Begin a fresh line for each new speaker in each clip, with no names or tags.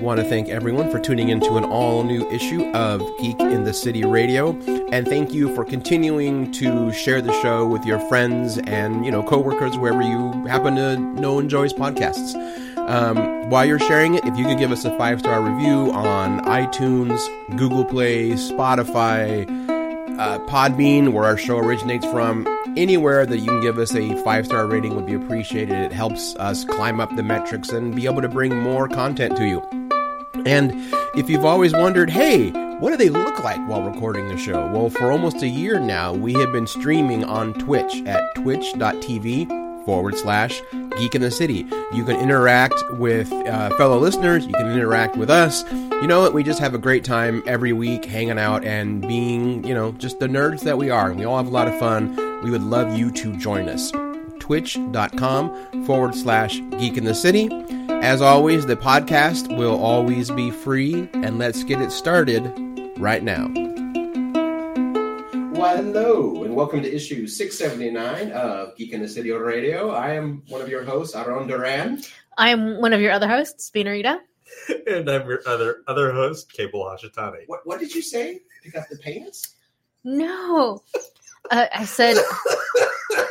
Want to thank everyone for tuning in to an all new issue of Geek in the City Radio, and thank you for continuing to share the show with your friends and you know coworkers wherever you happen to know enjoys podcasts. Um, while you're sharing it, if you could give us a five star review on iTunes, Google Play, Spotify, uh, Podbean, where our show originates from, anywhere that you can give us a five star rating would be appreciated. It helps us climb up the metrics and be able to bring more content to you. And if you've always wondered, hey, what do they look like while recording the show? Well, for almost a year now, we have been streaming on Twitch at twitch.tv forward slash geek in the city. You can interact with uh, fellow listeners, you can interact with us. You know what? We just have a great time every week hanging out and being, you know, just the nerds that we are. And we all have a lot of fun. We would love you to join us twitch.com forward slash geek in the city. As always, the podcast will always be free, and let's get it started right now. Well, hello, and welcome to issue 679 of Geek in the City on Radio. I am one of your hosts, Aaron Duran.
I'm one of your other hosts, Spinarita.
and I'm your other other host, Cable Hashitani.
What, what did you say? Pick up the pants?
No, uh, I said. what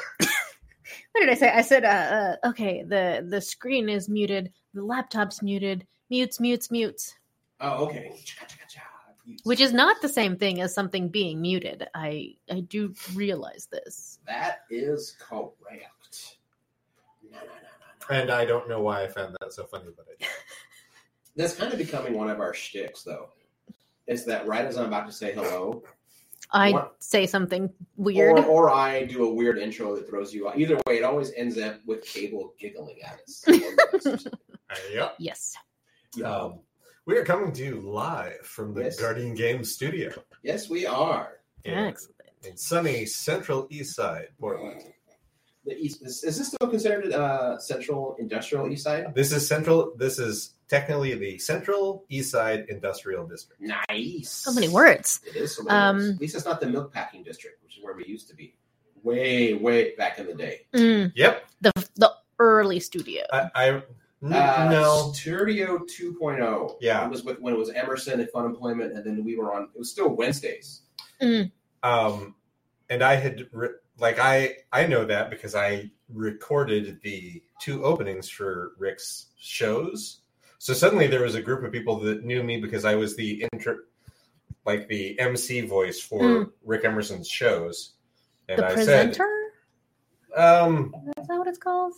did I say? I said, uh, uh, okay. the The screen is muted. The laptop's muted. Mutes, mutes, mutes.
Oh, okay.
Which is not the same thing as something being muted. I I do realize this.
That is correct. No, no, no, no, no.
And I don't know why I found that so funny, but I did.
That's kind of becoming one of our shticks, though. Is that right as I'm about to say hello,
I
What?
say something weird.
or, or I do a weird intro that throws you off? Either way, it always ends up with Cable giggling at us.
Yep.
yes.
um,
Um, we are coming to you live from the
Yes.
Guardian Games studio
yes, we are.
in,
Excellent.
in sunny Central East Side, Portland.
The East is, is this still considered uh, Central Industrial East Side?
This is Central. This is technically the Central East Side Industrial District.
Nice.
So many words.
It is. So many
Um,
words. At least it's not the milk packing district, which is where we used to be, way, way back in the day.
Mm,
Yep.
the the early studio.
I, I n-
Uh,
no.
Studio 2.0.
Yeah.
It was with, when it was Emerson and Fun Employment, and then we were on. It was still Wednesdays.
Um, and I had re- like I I know that because I recorded the two openings for Rick's shows. So suddenly there was a group of people that knew me because I was the intro, like the MC voice for
Mm.
Rick Emerson's shows. And
the
I
presenter.
said, um,
Is that what it's called?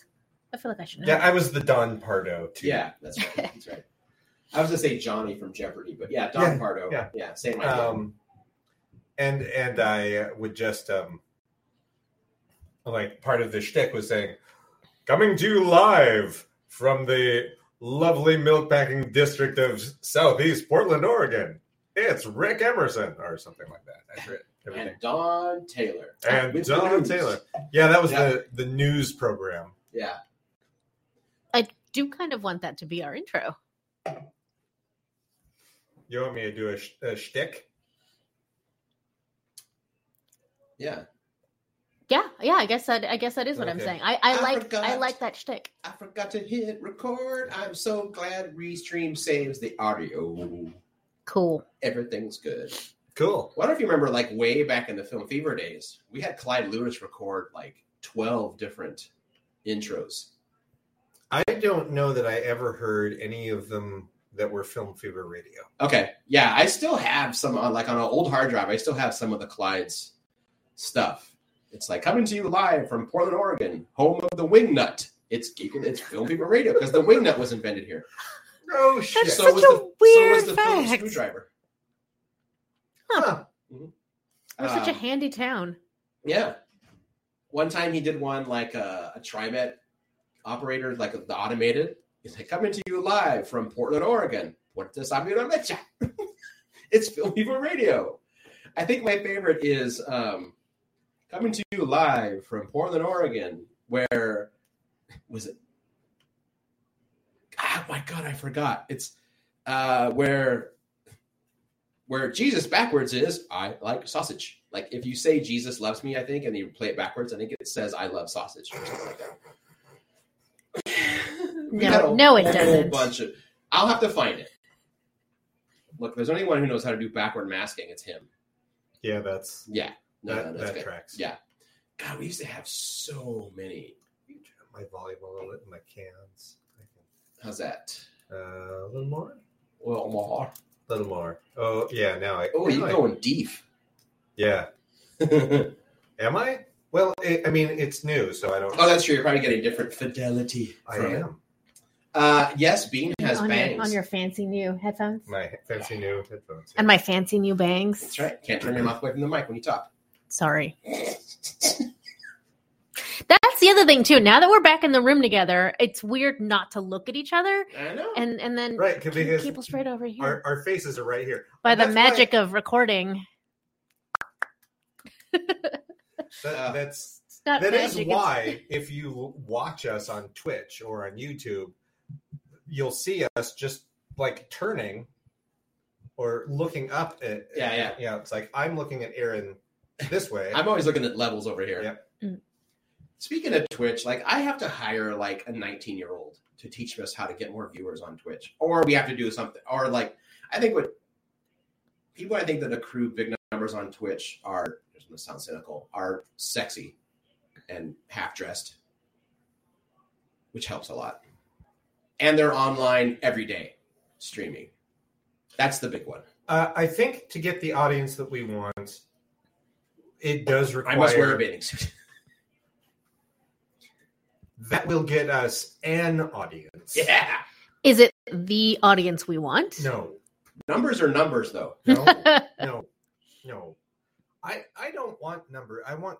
I feel like I should know.
yeah, I was the Don Pardo too.
Yeah, that's right. That's right. I was gonna say Johnny from Jeopardy, but yeah, Don
Yeah,
Pardo.
yeah.
same idea.
um and and i uh, would just um like part of the shtick was saying coming to you live from the lovely milk packing district of southeast portland oregon it's rick emerson or something like that that's it everything
and Don Taylor.
and
With
Don
balloons.
Taylor. Yeah, that was
Yeah.
the the news program.
Yeah,
I do kind of want that to be our intro.
You want me to do a, sh- a shtick?
yeah.
Yeah, yeah. I guess that. I guess that is what I'm
Okay.
saying. I, I,
I
like. I
forgot.
like that shtick.
I forgot to hit record. I'm so glad Restream saves the audio.
Cool.
Everything's good.
Cool.
Wonder if you remember, like way back in the film fever days, we had Clyde Lewis record like 12 different intros.
I don't know that I ever heard any of them that were Film Fever Radio.
Okay, yeah, I still have some on like on an old hard drive. I still have some of the Clyde's stuff. It's like coming to you live from Portland, Oregon, home of the Wingnut. It's geek. It's film people radio because the Wingnut was invented here.
Oh shit!
That's such a weird
Phillips
fact.
screwdriver.
Huh.
We're such a
Um,
handy town.
Yeah. One time he did one like uh, a, a TriMet operator, like the automated. He's like, coming to you live from Portland, Oregon. What does I mean? I met ya. it's Film People Radio. I think my favorite is um, coming to you live from Portland, Oregon, where was it? Ah, my God, I forgot. It's uh, where where Jesus backwards is I like sausage. Like if you say Jesus loves me, I think, and you play it backwards, I think it says I love sausage or something like that. We
No,
had a
no, it
whole
doesn't.
bunch of- I'll have to find it. Look, if there's anyone who knows how to do backward masking, it's him.
Yeah, that's
Yeah. No,
that,
no, that's
that
good.
tracks.
Yeah. God, we used to have so many.
My volleyball and my cans.
How's that?
Uh, a little more.
Well, Omaha.
A little more. Oh yeah, now I.
Oh, you're
I-
going deep.
Yeah.
oh,
Am I? Well, i I mean, it's new, so I don't.
Oh, that's true. You're probably getting different fidelity.
I
from it.
am
Uh, yes, Bean has
on
bangs.
your on your fancy new headphones
my fancy new headphones.
and my fancy new bangs.
That's right. Can't turn your mouth away from the mic when you talk.
Sorry. That's the other thing too. Now that we're back in the room together, it's weird not to look at each other
I know.
and and then
right cause
keep
because
people straight over here
our, our faces are right here.
by the
that's
magic of recording.
That,
Uh,
that's
It's not
that is
magic, it's-
why if you watch us on Twitch or on YouTube, you'll see us just like turning or looking up at
Yeah, yeah.
yeah. It's like I'm looking at Aaron this way.
I'm always looking at levels over here.
Yep.
Mm.
Speaking of Twitch, like I have to hire like a 19 year old to teach us how to get more viewers on Twitch, or we have to do something, or like I think what people I think that accrue big numbers on Twitch are. This going sound cynical. Are sexy and half dressed, which helps a lot, and they're online every day streaming. That's the big one.
Uh, I think to get the audience that we want, it does require
I must wear a bathing suit.
that will get us an audience.
yeah.
Is it the audience we want?
No,
Numbers are numbers, though.
no, no, no. I I don't want number. I want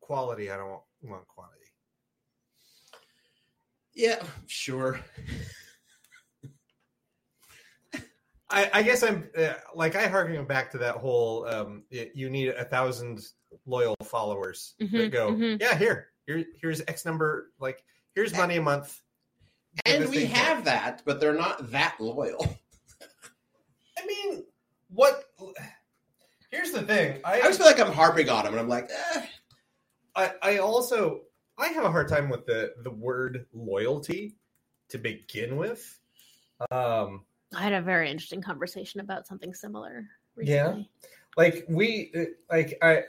quality. I don't want, want quantity.
Yeah, sure.
I, I guess I'm uh, like I harken back to that whole um, y- you need a thousand loyal followers
Mhm,
Mm-hmm,
that go
mhm.
yeah here here here's X number like here's money a month Give
And
this
we
thing back."
have that, but they're not that loyal.
I mean what here's the thing
I
I
always feel like I'm harping on them, and I'm like, eh.
I, I also I have a hard time with the the word loyalty to begin with. Um
I had a very interesting conversation about something similar.
Yeah.
Recently.
like we like I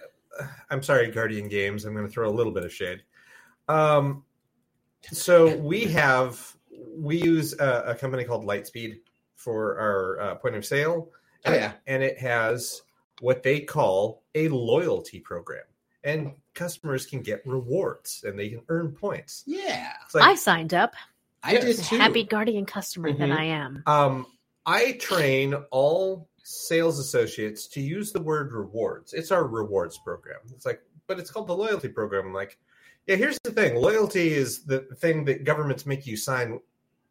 I'm sorry Guardian Games, I'm going to throw a little bit of shade. Um so we have we use a, a company called Lightspeed for our uh, point of sale
oh yeah,
and it has what they call a loyalty program and customers can get rewards and they can earn points.
yeah,
It's like-
I signed up.
I did too.
Happy guardian customer that
Mhm.
I am.
Um, I train all sales associates to use the word rewards. It's our rewards program. It's like, but it's called the loyalty program. I'm like, yeah, here's the thing loyalty is the thing that governments make you sign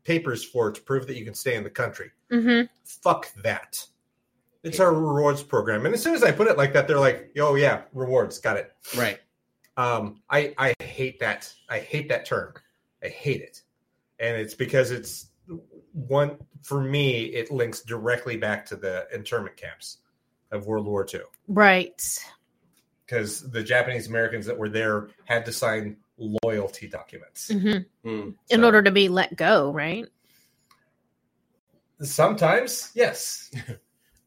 papers for to prove that you can stay in the country.
hmm
Fuck that. It's our rewards program. And as soon as I put it like that, they're like, oh, yeah, rewards. Got it.
right?
Um, I I hate that. I hate that term. I hate it, and it's because it's one for me. It links directly back to the internment camps of World War II
Right.
because the Japanese Americans that were there had to sign loyalty documents
hmm
Hmm.
In
So,
order to be let go, right?
Sometimes, yes,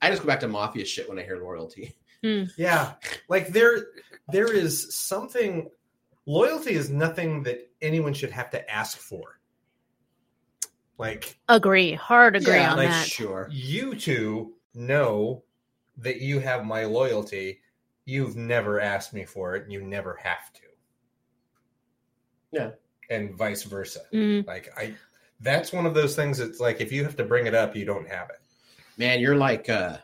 I just go back to mafia shit when I hear loyalty.
yeah. Like there, there is something. Loyalty is nothing that anyone should have to ask for. Like
Agree. Hard agree
Yeah,
on
like
that.
Sure.
you two know that you have my loyalty. You've never asked me for it. and You never have to.
Yeah.
And vice versa.
Mm.
Like I that's one of those things that's like if you have to bring it up, you don't have it.
Man, you're like uh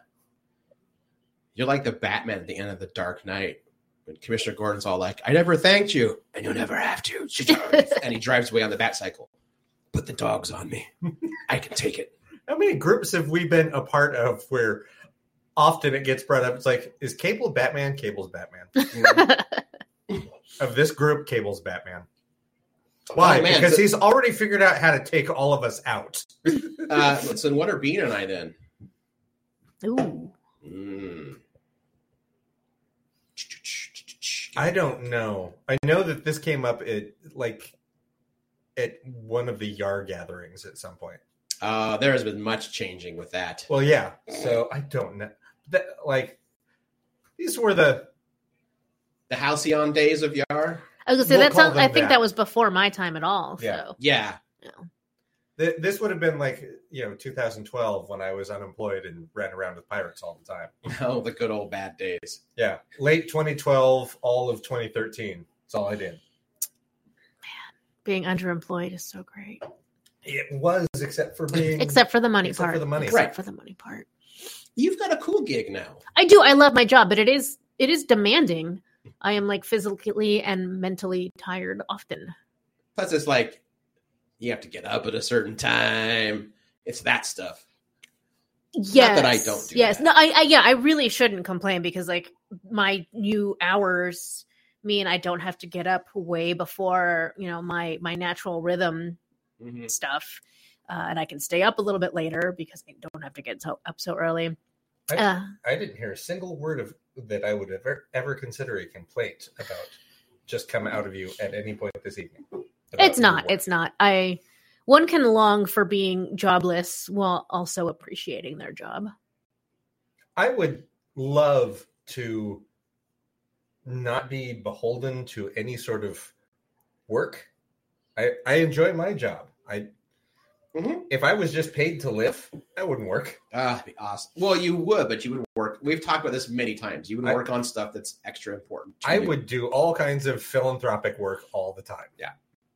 you're like the Batman at the end of the Dark Knight. When Commissioner Gordon's all like, I never thanked you, and you'll never have to. and he drives away on the bat cycle. Put the dogs on me. I can take it.
How many groups have we been a part of where often it gets brought up? It's like, is Cable Batman? Cable's Batman. of this group, Cable's Batman. Why?
Oh, man.
because
So-
he's already figured out how to take all of us out.
Uh, so then what are Bean and I then?
Ooh.
Mm.
I don't know. I know that this came up at like at one of the Yar gatherings at some point.
Uh, there has been much changing with that.
Well, yeah. So I don't know. That, like these were the
The Halcyon days of Yar.
I was gonna say
We'll
that
call
sounds. I
them
think
that.
that. was before my time at all.
Yeah.
So
Yeah,
th- this would have been like you know 2012 when I was unemployed and ran around with pirates all the time.
oh, the good old bad days.
Yeah, late 2012, all of 2013. That's all I did.
being underemployed is so great,
It was except for being
except for the money
Mm-hmm. Except for
part.
the money.
Except
Right.
for the money part.
You've got a cool gig now.
I do. I love my job, but it is it is demanding. I am like physically and mentally tired often.
Plus, it's like you have to get up at a certain time. It's that stuff.
Yes,
I don't do
yes,
that.
no, I, I yeah, I really shouldn't complain because like my new hours mean I don't have to get up way before you know my my natural rhythm
Mm-hmm.
Mhm.
stuff, uh, and I can stay up a little bit later because I don't have to get so, up so early.
I-
uh,
I didn't hear a single word of that I would ever ever consider a complaint about just come out of you at any point this evening. about
it's not.
your work.
It's not. I one can long for being jobless while also appreciating their job.
I would love to not be beholden to any sort of work. I I enjoy my job. I
Mhm.
if I was just paid to live, that wouldn't work.
Ah, that'd be awesome. Well, you would, but you would work. We've talked about this many times. You would
I-
work on stuff that's extra important. to
I
you.
would do all kinds of philanthropic work all the time.
Yeah.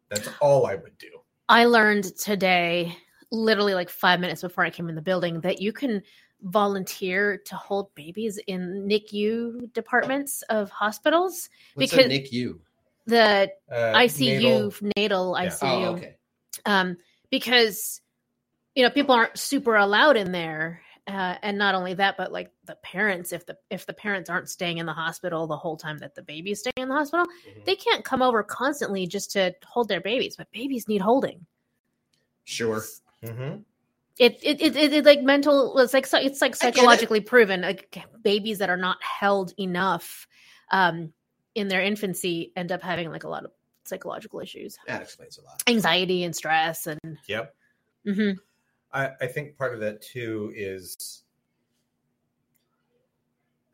That's all I would do.
I learned today, literally like five minutes before I came in the building, that you can volunteer to hold babies in NICU departments of hospitals,
What's
because-
a NICU.
the
Uh,
ICU,
natal-
natal,
Yeah.
ICU,
Oh, okay.
um, because you know people aren't super allowed in there. Uh, and not only that, but like the parents, if the if the parents aren't staying in the hospital the whole time that the baby's staying in the hospital,
Mhm.
they can't come over constantly just to hold their babies. But babies need holding.
Sure.
Mhm.
it it, it, it, it like mental it's like psy- it's like
I get it.
psychologically proven like babies that are not held enough um in their infancy end up having like a lot of psychological issues
That explains a lot.
anxiety and stress and
Yep.
Mhm.
I, I think part of that too is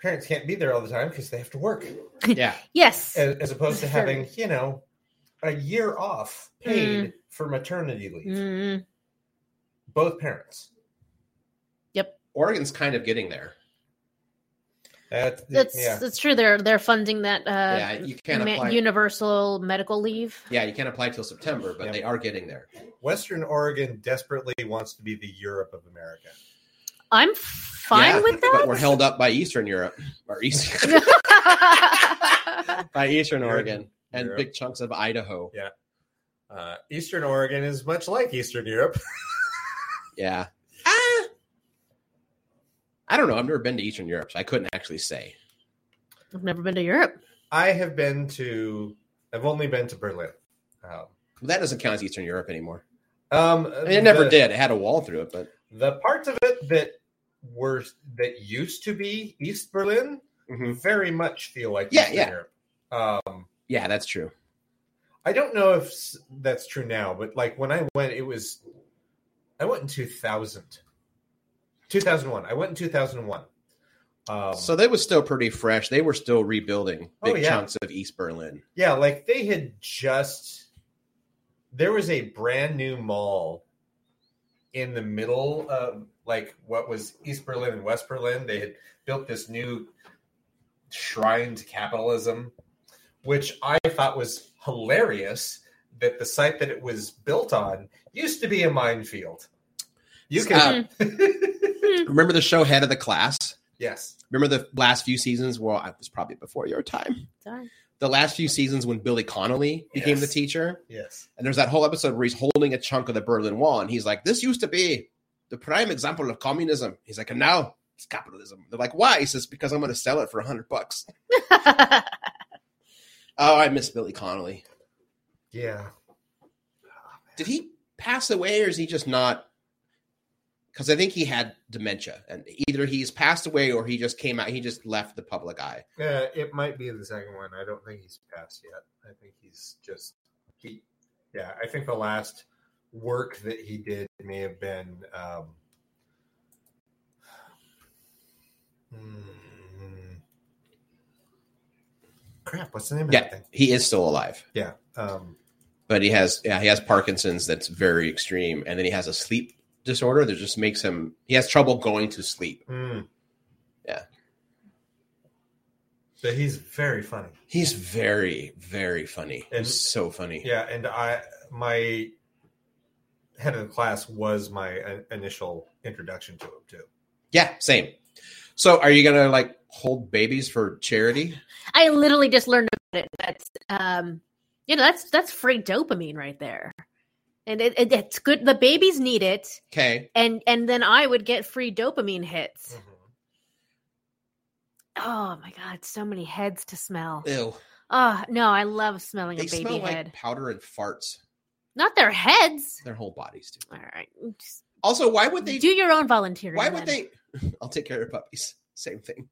parents can't be there all the time because they have to work,
Yeah.
yes
as, as opposed to
Sure.
having you know a year off paid for maternity leave.
Mhm.
Both parents.
Oregon's kind of getting there.
That,
that's
yeah.
that's true they're they're funding that uh
yeah, you can't
ma-
apply.
universal medical leave
yeah, you can't apply till September, but
Yeah.
they are getting there.
Western Oregon desperately wants to be the Europe of America.
i'm fine
Yeah,
with
But we're
that
held up by Eastern Europe or East by Eastern
Europe.
Oregon and
Europe.
big chunks of Idaho.
Uh, Eastern Oregon is much like Eastern Europe.
Yeah. Ah! I don't know. I've never been to Eastern Europe, so I couldn't actually say.
i've never been to europe
I have been to. I've only been to Berlin. Um,
Well, that doesn't count as Eastern Europe anymore.
um,
I mean, it never
the-
did. It had a wall through it, but
the parts of it that were that used to be East Berlin very much feel like
Yeah,
Eastern
yeah.
Europe. Um,
yeah, that's true.
I don't know if s- that's true now, but like when I went, it was I went in 2000, 2001. I went in 2001. Um,
So that was still pretty fresh. They were still rebuilding
Oh,
big
yeah.
chunks of East Berlin.
yeah, like they had just there was a brand new mall in the middle of like what was East Berlin and West Berlin. They had built this new shrine to capitalism, which I thought was hilarious that the site that it was built on used to be a minefield. You can
Remember the show Head of the Class?
yes.
Remember the last few seasons? Well, it was probably before your time.
sorry
The last few seasons when Billy Connolly became
Yes.
the teacher.
Yes.
And there's that whole episode where he's holding a chunk of the Berlin Wall, and he's like, "This used to be the prime example of communism." He's like, "And now it's capitalism." They're like, "Why?" He says, "Because I'm going to sell it for a hundred bucks." Oh, I miss Billy Connolly.
Yeah.
Did he pass away, or is he just not? Because I think he had dementia, and either he's passed away or he just came out. He just left the public eye.
Yeah, Uh, it might be the second one. I don't think he's passed yet. I think he's just he. Yeah, I think the last work that he did may have been um, hmm. mm, crap. What's the name
Yeah.
of that thing?
He is still alive.
Yeah. Um,
but he has yeah he has Parkinson's that's very extreme, and then he has a sleep disorder that just makes him he has trouble going to sleep.
mm.
Yeah.
But he's very funny.
He's very very funny,
And-
so funny.
Yeah, and I my head of the class was my uh, initial introduction to him too.
Yeah, same. So are you gonna like hold babies for charity?
I literally just learned about it. That's um, you know, that's that's free dopamine right there, and it, it, it's good. The babies need it,
Okay,
and and then I would get free dopamine
Mm.
hits.
Mm-hmm.
Oh my god, so many heads to smell.
ew.
Oh no, I love smelling
They
a baby
smell
head.
like powder and farts.
Not their heads.
Their whole bodies do.
All right, just
Also, why would they?
do your own volunteering.
why would
then.
they? I'll take care of puppies. Same thing.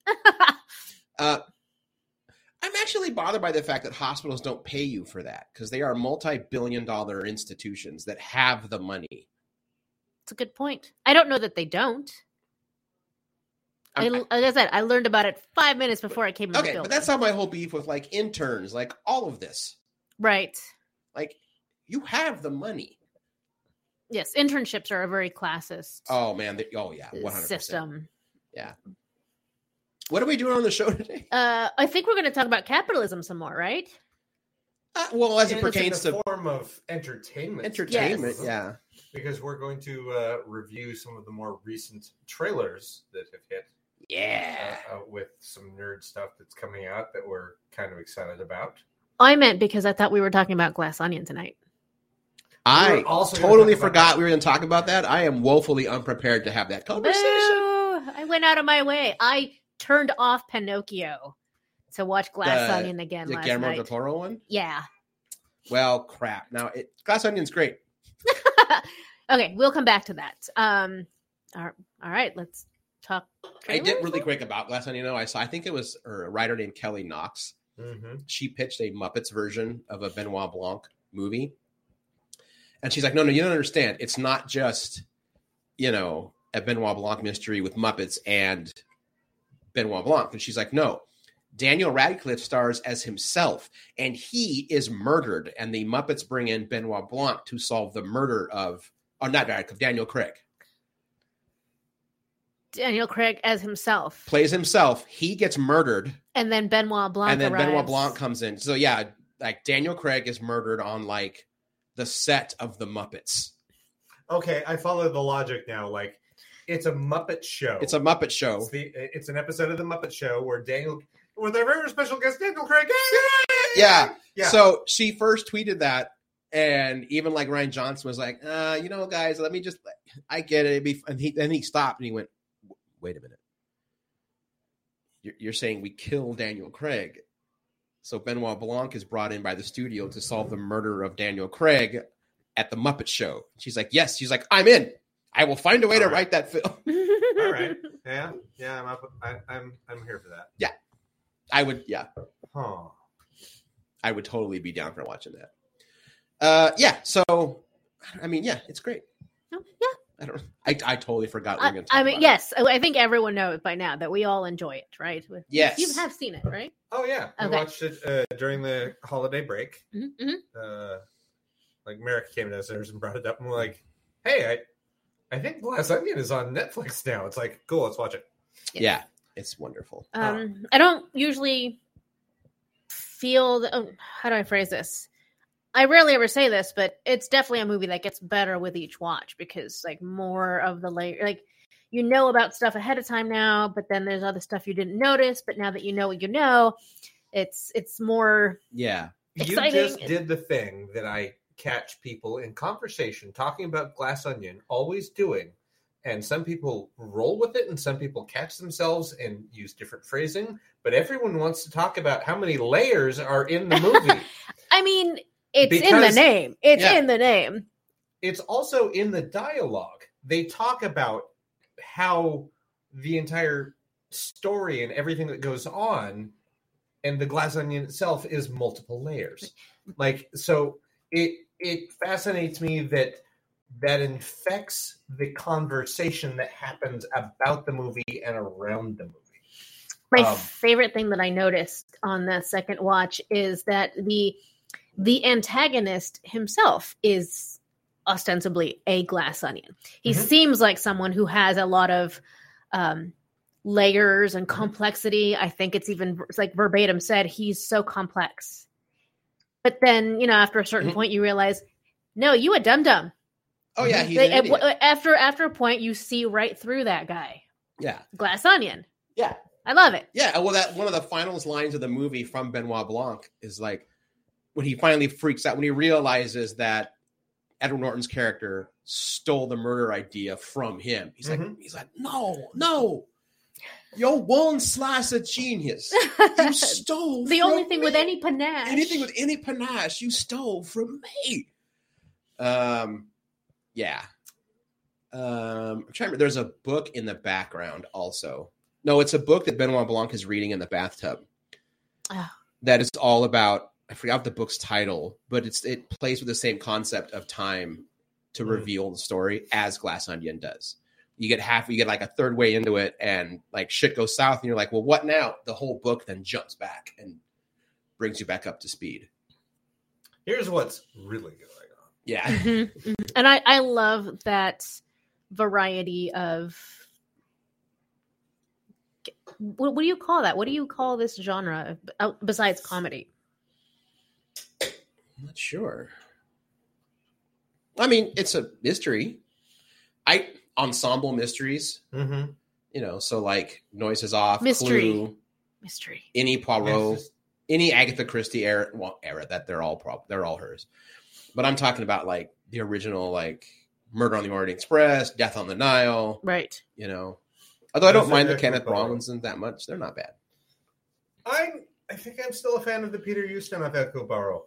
Uh, I'm actually bothered by the fact that hospitals don't pay you for that because they are multi-billion dollar institutions that have the money.
It's a good point. I don't know that they don't. I,
I'm-
like I said, I learned about it five minutes before I came in the
okay,
building.
but that's not my whole beef with like interns, like all of this.
right.
Like you have the money.
Yes, internships are a very classist
Oh man, they, oh yeah,
uh,
100%.
system.
What are we doing on the show today?
Uh, I think we're going to talk about capitalism some more, right?
Uh, well, as it
And it's
pertains
in
to
the form of entertainment,
entertainment,
Yes.
yeah.
because we're going to uh, review some of the more recent trailers that have hit
Yeah.
uh, uh, with some nerd stuff that's coming out that we're kind of excited about.
I meant because I thought we were talking about Glass Onion tonight.
I
We're also gonna
totally
talk about-
forgot we were going to talk about that. I am woefully unprepared to have that
Boo!
conversation.
I went out of my way. I turned off Pinocchio to watch Glass
The-
Onion again
The
last
Guillermo
night.
del Toro one.
yeah.
Well, crap. Now, it, Glass Onion's great.
okay, we'll come back to that. Um, all right, all right let's talk.
I did
trailers?
really quick about Glass Onion. Though I saw, I think it was or a writer named Kelly Knox.
Mhm.
She pitched a Muppets version of a Benoit Blanc movie, and she's like, "No, no, you don't understand. It's not just you know a Benoit Blanc mystery with Muppets and Benoit Blanc." And she's like, "No." Daniel Radcliffe stars as himself, and he is murdered. And the Muppets bring in Benoit Blanc to solve the murder of, or not Radcliffe, Daniel Craig.
Daniel Craig as himself,
plays himself. He gets murdered,
and then Benoit Blanc,
and then
arrives.
Benoit Blanc comes in. So yeah, like Daniel Craig is murdered on like the set of the Muppets.
Okay, I follow the logic now. Like, it's a Muppet show.
It's a Muppet show.
It's, the, it's an episode of the Muppet Show where Daniel, with our very special guest Daniel Craig.
Yeah.
Yeah.
So she first tweeted that, and even like Ryan Johnson was like, uh, you know, guys, let me just, I get it. It'd be- And he then he stopped and he went, "W- wait a minute. You're, you're saying we kill Daniel Craig. So Benoit Blanc is brought in by the studio to solve the murder of Daniel Craig at the Muppet Show. She's like, yes. She's like, I'm in. I will find a way to
All
write
right.
that film.
All right. Yeah. Yeah. I'm up. I, I'm. I'm here for that.
I would, yeah.
Huh.
I would totally be down for watching that. Uh, yeah. So, I mean, yeah, it's great.
Oh,
I don't. I, I totally forgot. we were
yeah,
gonna talk
I, I mean,
about it.
yes, I I think everyone knows by now that we all enjoy it, right? With-
Yes.
you have seen it, right?
Oh yeah. I
Okay.
watched it uh, during the holiday break.
hmm hmm
Uh, like Merrick came downstairs and brought it up, and we're like, "Hey, I, I think Glass Onion is on Netflix now." It's like, cool. Let's watch it.
Yeah, it's wonderful.
Um, I don't usually feel. The, oh, how do I phrase this? I rarely ever say this, but it's definitely a movie that gets better with each watch because, like, more of the layer, like, you know about stuff ahead of time now, but then there's other stuff you didn't notice. But now that you know what you know, it's it's more.
Yeah,
Exciting.
You just did the thing that I catch people in conversation talking about glass onion always doing. And some people roll with it and some people catch themselves and use different phrasing. But everyone wants to talk about how many layers are in the movie.
I mean, it's in the
Because-
name. It's
Yeah.
in the name.
it's also in the dialogue. They talk about how the entire story and everything that goes on and the glass onion itself is multiple layers. Like so it it fascinates me that that infects the conversation that happens about the movie and around the movie.
My
Um,
favorite thing that I noticed on that second watch is that the the antagonist himself is ostensibly a glass onion. He
Mm-hmm.
Mhm.
seems like someone who has a lot of um, layers
Mm-hmm.
and complexity. I think it's even it's like verbatim said, he's so complex. But then, you know, after a certain
Mhm.
point, you realize, no, you a dum dum.
Oh yeah, he's
They-
an
at-
idiot.
after after a point, you see right through that guy.
yeah,
Glass onion.
Yeah.
I love it.
yeah. Well, that one of the final lines of the movie from Benoit Blanc is like when he finally freaks out when he realizes that Edward Norton's character stole the murder idea from him. He's like,
Mhm.
he's like, no, no, you're one slice of genius. You stole
the only
from
thing with
me.
any panache.
anything with any panache you stole from me. Um, yeah. Um, I'm trying. To, there's a book in the background also. No, it's a book that Benoit Blanc is reading in the bathtub.
Oh.
That is all about. I forgot the book's title, but it's it plays with the same concept of time to
Mm.
reveal the story as Glass Onion does. You get half, you get like a third way into it, and like shit goes south, and you're like, well, what now? The whole book then jumps back and brings you back up to speed.
Here's what's really going on.
Yeah.
Mhm, mhm. and I, I love that variety of what, what do you call that? What do you call this genre b- out- besides comedy?
I'm not sure. I mean, it's a mystery. I ensemble mysteries,
Mm-hmm.
you know, so like Noises Off,
Mystery.
Clue,
Mystery.
any Poirot, any Agatha Christie era, well, era that they're all prob- they're all hers. But I'm talking about like the original like Murder on the Orient Express, Death on the Nile,
Right.
you know. Although I don't
Those are
mind the
good
Kenneth
Poirot.
Rawlinson that much. They're not bad.
I'm. I think I'm still a fan of the Peter Ustinov Echo Barrel.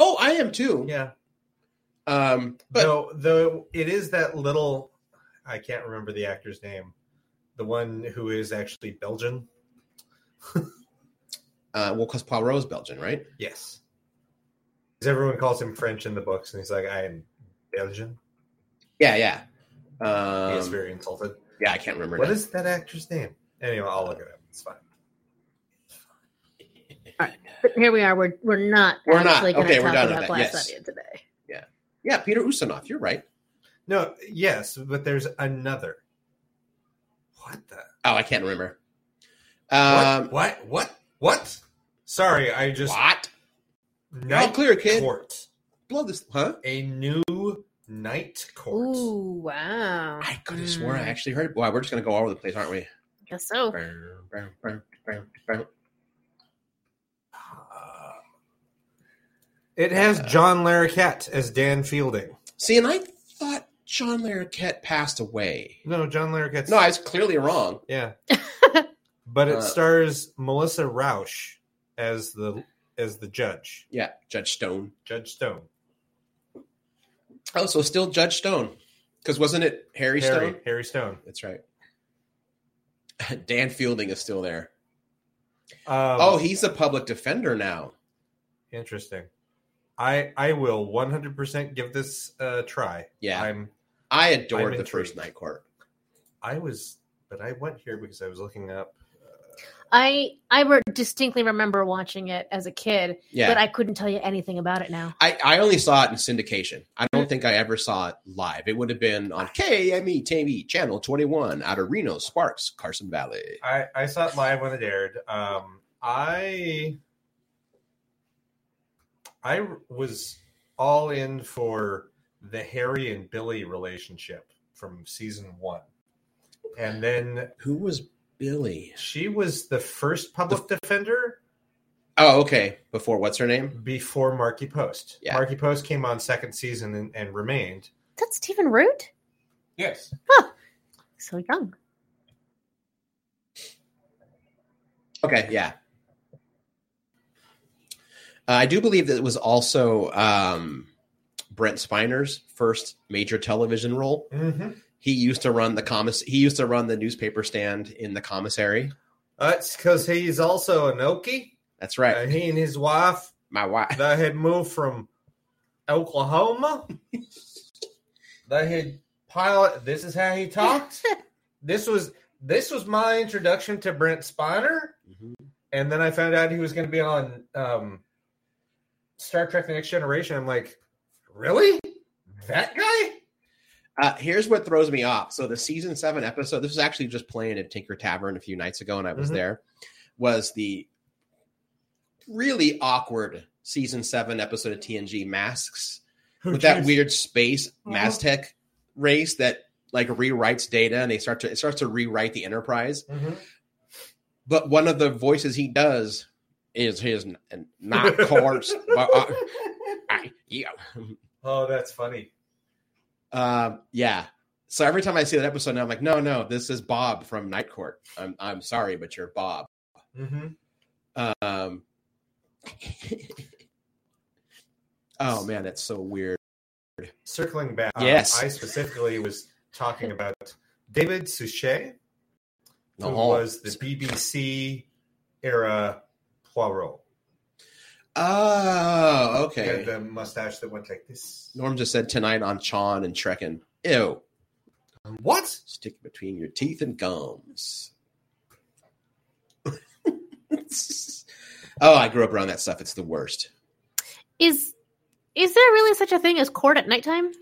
Oh, I am too.
Yeah,
Um but
but though, though it is that little. I can't remember the actor's name. The one who is actually Belgian.
uh well cuz Poirot is Belgian, right?
Yes, 'Cause everyone calls him French in the books, and he's like, "I am Belgian."
Yeah, yeah. Um,
he is very insulted.
Yeah, I can't remember.
What
now.
is that actor's name? Anyway, I'll look it up. It's fine.
But here we are. We're we're not
We're not.
actually going to
Okay, we're
talk
done with that.
about Glass
Yes.
Onion today.
yeah, Peter Ustinov. You're right.
No, yes, but there's another. What the?
Oh, I can't remember.
What?
Um,
what? What? What? Sorry, I
what?
just
All
night
clear, kid.
court.
Blow this, huh?
A new night court.
Ooh, wow. Mm,
I could have sworn I
Mm.
actually heard. Wow, we're just gonna go all over the place, aren't we?
guess so.
Uh, it has John Larroquette as Dan Fielding.
See, and I thought John Larroquette passed away.
No, John Larroquette's
No, I was clearly wrong.
yeah. but it
Uh,
stars Melissa Rauch as the as the judge,
Yeah, Judge Stone.
Judge Stone.
Oh, so still Judge Stone, because wasn't it Harry,
Harry,
Stone?
Harry Stone.
That's right. Dan Fielding is still there.
Um,
oh, he's a public defender now.
Interesting. I I will 100% give this a try.
Yeah,
I'm
I adored
I'm
the first
intrigued.
night court.
I was but I went here because I was looking up
I I re- distinctly remember watching it as a kid,
Yeah,
but I couldn't tell you anything about it now.
I, I only saw it in syndication. I don't think I ever saw it live. It would have been on KME TV channel 21 out of Reno, Sparks, Carson Valley.
I I saw it live when it aired. Um I I was all in for the Harry and Billy relationship from season 1. And then
Who was Billy?
she was the first public defender
Oh, okay. Before what's her name?
before Marky Post.
Yeah.
Marky Post came on second season and, and remained.
That's Stephen Root.
Yes.
So young.
Okay, yeah. Uh, I do believe that it was also um, Brent Spiner's first major television role.
Mm-hmm.
He used to run the commiss- He used to run the newspaper stand in the commissary.
That's because Uh, he's also an Okie.
That's right.
Uh, he and his wife
My wife.
they had moved from Oklahoma that he pilot. This is how he talked. this was this was my introduction to Brent Spiner,
Mhm.
and then I found out he was going to be on um, Star Trek: The Next Generation. I'm like, really? That guy?
Uh, here's what throws me off. So the season seven episode, this was actually just playing at Tinker Tavern a few nights ago, and I was
Mhm.
there. Was the really awkward season seven episode of TNG Masks
Who
with that
cares?
weird space
Mhm.
Maztec race that like rewrites data and they start to it starts to rewrite the Enterprise.
Mhm.
But one of the voices he does is his n- n- not course. but, uh, I- yeah.
Oh, that's funny.
Um, yeah. So every time I see that episode, now I'm like, no, no, this is Bob from Night Court. I'm, I'm sorry, but you're Bob.
hmm
Um, oh man, that's so weird.
Circling back, um,
Yes.
I specifically was talking about David Suchet, who
The whole-
was the BBC era Poirot.
oh,
He
okay.
had the mustache that went like this.
Norm just said tonight on Chon and Trekkin. Ew,
What?
stick it between your teeth and gums. oh, I grew up around that stuff. It's the worst.
Is is there really such a thing as court at nighttime?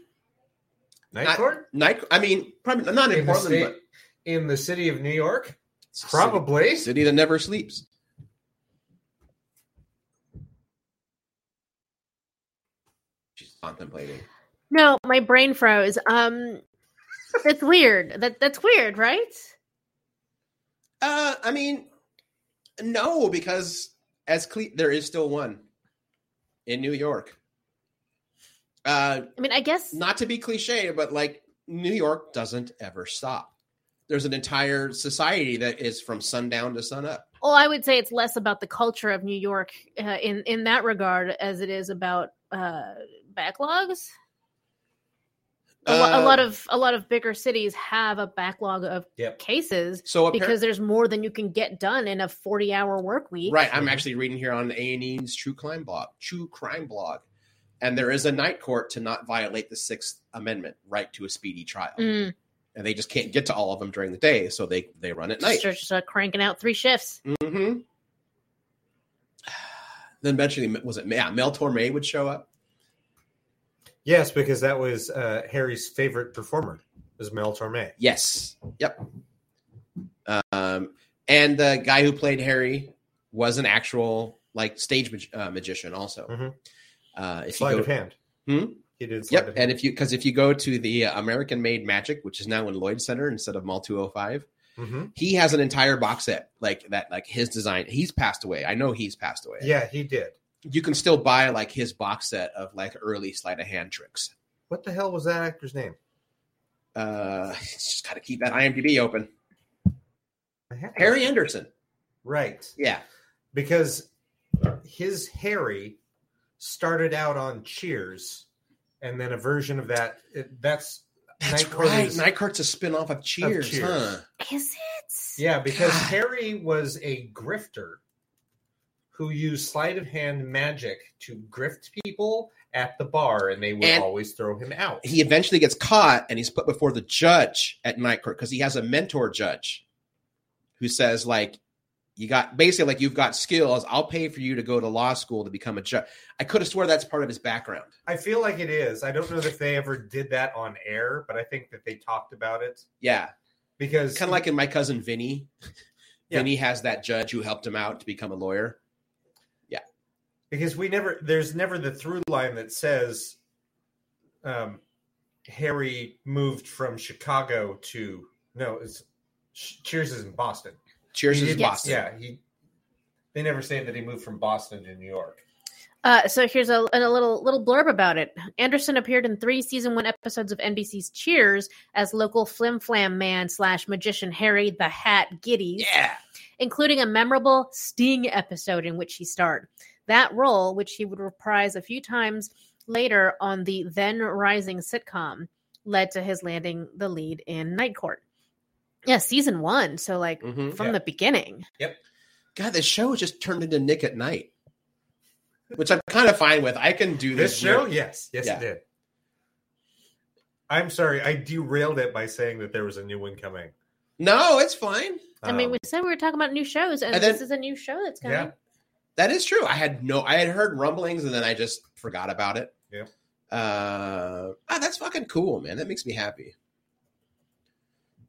Night
Not-
court?
Night, I mean, probably not in,
In the,
Portland,
state,
but
in the city of New York?
it's a city-
Probably.
city that never sleeps. She's contemplating.
No, my brain froze. Um, that's weird. That that's weird, right?
Uh, I mean, no, because as cle- there is still one in New York. Uh,
I mean, I guess
not to be cliche, but like New York doesn't ever stop. There's an entire society that is from sundown to sunup.
Well, I would say it's less about the culture of New York uh, in in that regard as it is about uh, backlogs. A, lo- a
Uh,
lot of a lot of bigger cities have a backlog of
Yep.
cases
so apparently.
because there's more than you can get done in a 40 hour work week.
Right. I'm actually reading here on A and E's True Crime blog, True Crime blog, and there is a night court to not violate the Sixth Amendment right to a speedy trial,
Mm,
and they just can't get to all of them during the day, so they they run at
just,
night.
just uh, cranking out three shifts.
hmm Then eventually, was it yeah, Mel Torme would show up.
Yes, because that was uh, Harry's favorite performer, was Mel Torme.
Yes. Yep. Um, and the guy who played Harry was an actual like stage mag- uh, magician, also.
Mhm.
Uh, if you
Sleight
go,
of hand.
Hmm?
He did sleight
Yep,
of hand.
and if you because if you go to the uh, American Made Magic, which is now in Lloyd Center instead of Mall 205,
Mhm.
he has an entire box set like that, like his design. He's passed away. I know he's passed away.
Yeah, he did.
you can still buy like his box set of like early sleight of hand tricks.
What the hell was that actor's name?
Uh, just got to keep that IMDb open.
I have-
Harry Anderson.
Right.
Yeah.
Because his Harry started out on Cheers and then a version of that. It, that's
That's
Night Court
right.
is-
Night Court's a spin-off of Cheers,
Cheers.
huh?
Is it?
Yeah, because
God.
Harry was a grifter who used sleight of hand magic to grift people at the bar, and they would
And-
always throw him out.
He eventually gets caught and he's put before the judge at Night Court because he has a mentor judge who says, like, you got basically like you've got skills. I'll pay for you to go to law school to become a judge. I could have swore that's part of his background.
I feel like it is. I don't know if they ever did that on air, but I think that they talked about it
Yeah.
because
Kind of like in my cousin Vinny.
Yeah.
Vinny has that judge who helped him out to become a lawyer.
because we never there's never the through line that says um, Harry moved from Chicago to no, it's Cheers is in Boston.
Cheers
He
is
did-
Boston.
Yeah, he. They never say that he moved from Boston to New York.
Uh, so here's a, a little little blurb about it. Anderson appeared in three season one episodes of NBC's Cheers as local flim flam man slash magician Harry the Hat Giddies,
Yeah.
including a memorable Sting episode in which he starred. That role, which he would reprise a few times later on the then rising sitcom, led to his landing the lead in Night Court. Yeah, season one. So like
Mhm.
from
yeah.
the beginning.
God, this show has just turned into Nick at Night, which I'm kind of fine with. I can do this,
This show,
weird-
yes, yes,
Yeah.
it did. I'm sorry, I derailed it by saying that there was a new one coming.
No, it's fine.
I mean, we said we were talking about new shows, and,
Um, and then-
this is a new show that's coming.
Yeah.
That is true. I had no, I had heard rumblings and then I just forgot about it.
Yep.
Uh, ah, that's fucking cool, man. That makes me happy.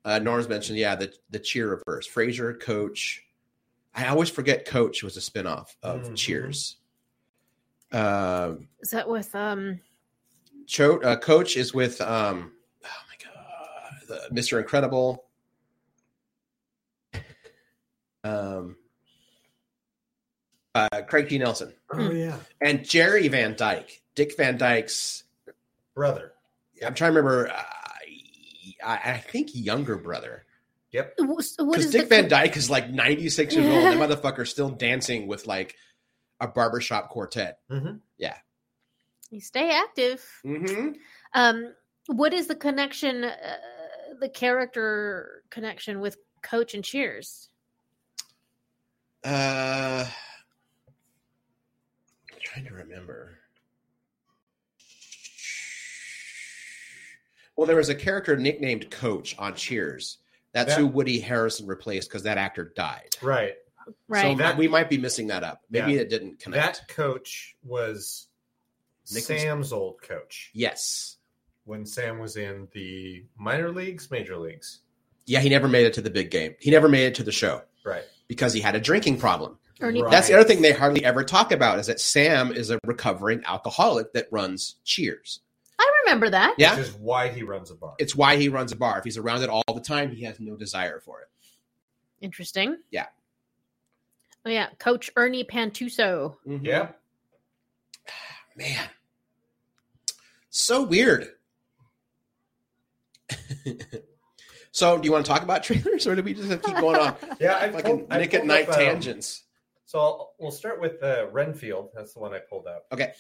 Uh, Norm's mentioned, yeah, the the Cheer reverse. Frasier, Coach. I always forget Coach was a spinoff of
Mhm.
Cheers. Um,
Is that with um?
Cho- uh, Coach is with um, oh my god, the Mr. Incredible. Um, uh, Craig T. Nelson
Oh yeah,
and Jerry Van Dyke, Dick Van Dyke's.
brother.
I'm trying to remember. Uh, I, I think younger brother,
w- so What
because
is
Dick
the,
Van Dyke is like 96 years old. That motherfucker's still dancing with like a barbershop quartet.
You stay active.
Mm-hmm.
Um, what is the connection? Uh, the character connection with Coach and Cheers.
Uh, I'm trying to remember. Well, there was a character nicknamed Coach on Cheers. That's
That-
who Woody Harrison replaced because that actor died.
Right.
So
Right.
that we might be missing that up. Maybe
Yeah.
it didn't connect.
That coach was
Nicholas-
Sam's old coach
yes.
when Sam was in the minor leagues, major leagues.
Yeah, he never made it to the big game. He never made it to the show
Right.
because he had a drinking problem.
Ernie,
Right.
That's the other thing they hardly ever talk about is that Sam is a recovering alcoholic that runs Cheers.
I remember that.
Yeah.
Which is why he runs a bar.
It's why he runs a bar. If he's around it all the time, he has no desire for it.
Interesting.
Yeah.
Oh yeah, Coach Ernie Pantuso.
yeah.
Man. So weird. so do you want to talk about trailers or do we just have to keep going on
Yeah. I
fucking
pulled- I
Nick at
pulled
night
up, um,
tangents?
So I'll, we'll start with uh, Renfield. That's the one I pulled up.
Okay.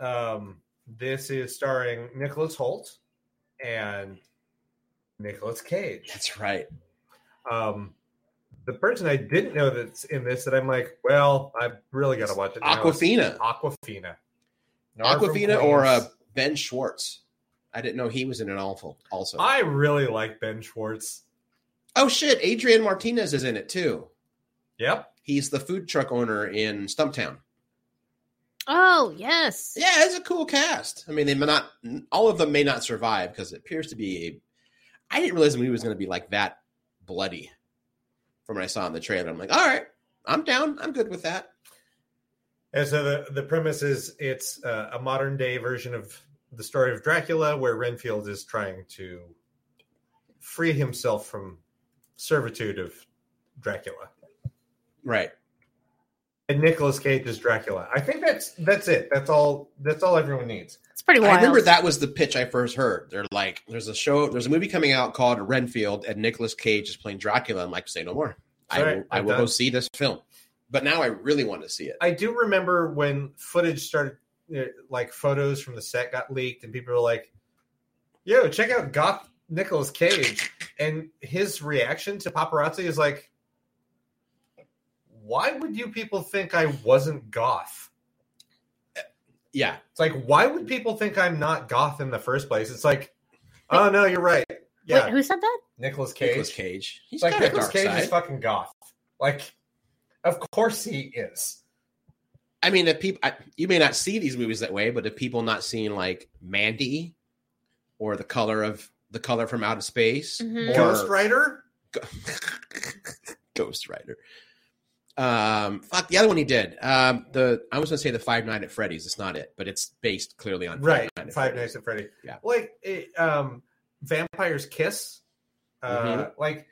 Um, this is starring Nicholas Holt and Nicholas Cage.
That's right.
Um, the person I didn't know that's in this that I'm like, well, I really got to watch it. now is
Aquafina.
Aquafina. Nard from
Aquafina or
Queens.
uh, Ben Schwartz. I didn't know he was in an awful also.
I really like Ben Schwartz.
oh shit, Adrian Martinez is in it too.
Yep.
He's the food truck owner in Stumptown.
Oh yes.
Yeah, it's a cool cast. I mean, they may not all of them may not survive because it appears to be a I didn't realize the movie was gonna be like that bloody from what I saw in the trailer. I'm like, all right, I'm down. I'm good with that.
And so the, the premise is it's uh, a modern day version of the story of Dracula, where Renfield is trying to free himself from servitude of Dracula.
Right.
And Nicolas Cage is Dracula. I think that's that's it. That's all. That's all everyone needs.
It's pretty wild.
I remember that was the pitch I first heard. They're like, there's a show, there's a movie coming out called Renfield, and Nicolas Cage is playing Dracula. I'm like, say no more. I
Sorry,
will, I
I'm
will go
done.
see this film. But now I really want to see it.
I do remember when footage started, uh, like photos from the set got leaked, and people were like, "Yo, check out Goth Nicolas Cage," and his reaction to paparazzi is like, "Why would you people think I wasn't goth?"
Yeah.
It's like, why would people think I'm not goth in the first place? It's like, oh no, you're right. Yeah,
Wait, who said that?
Nicolas Cage.
Nicolas Cage. He's
It's like
got a
Nicolas
dark
Cage
side.
is fucking goth. Like, of course he is.
I mean, if people, I, you may not see these movies that way, but if people not seeing like Mandy or the color of the color from outer space
Mhm.
Hmm. or
Ghost Rider.
Ghost Rider. Um, fuck the other one he did. Um, the I was gonna say the Five Nights at Freddy's. It's not it, but it's based clearly on
right
Nights at
five
Freddy's.
nights at freddy
Yeah.
like it, um vampire's kiss uh
Mm-hmm.
like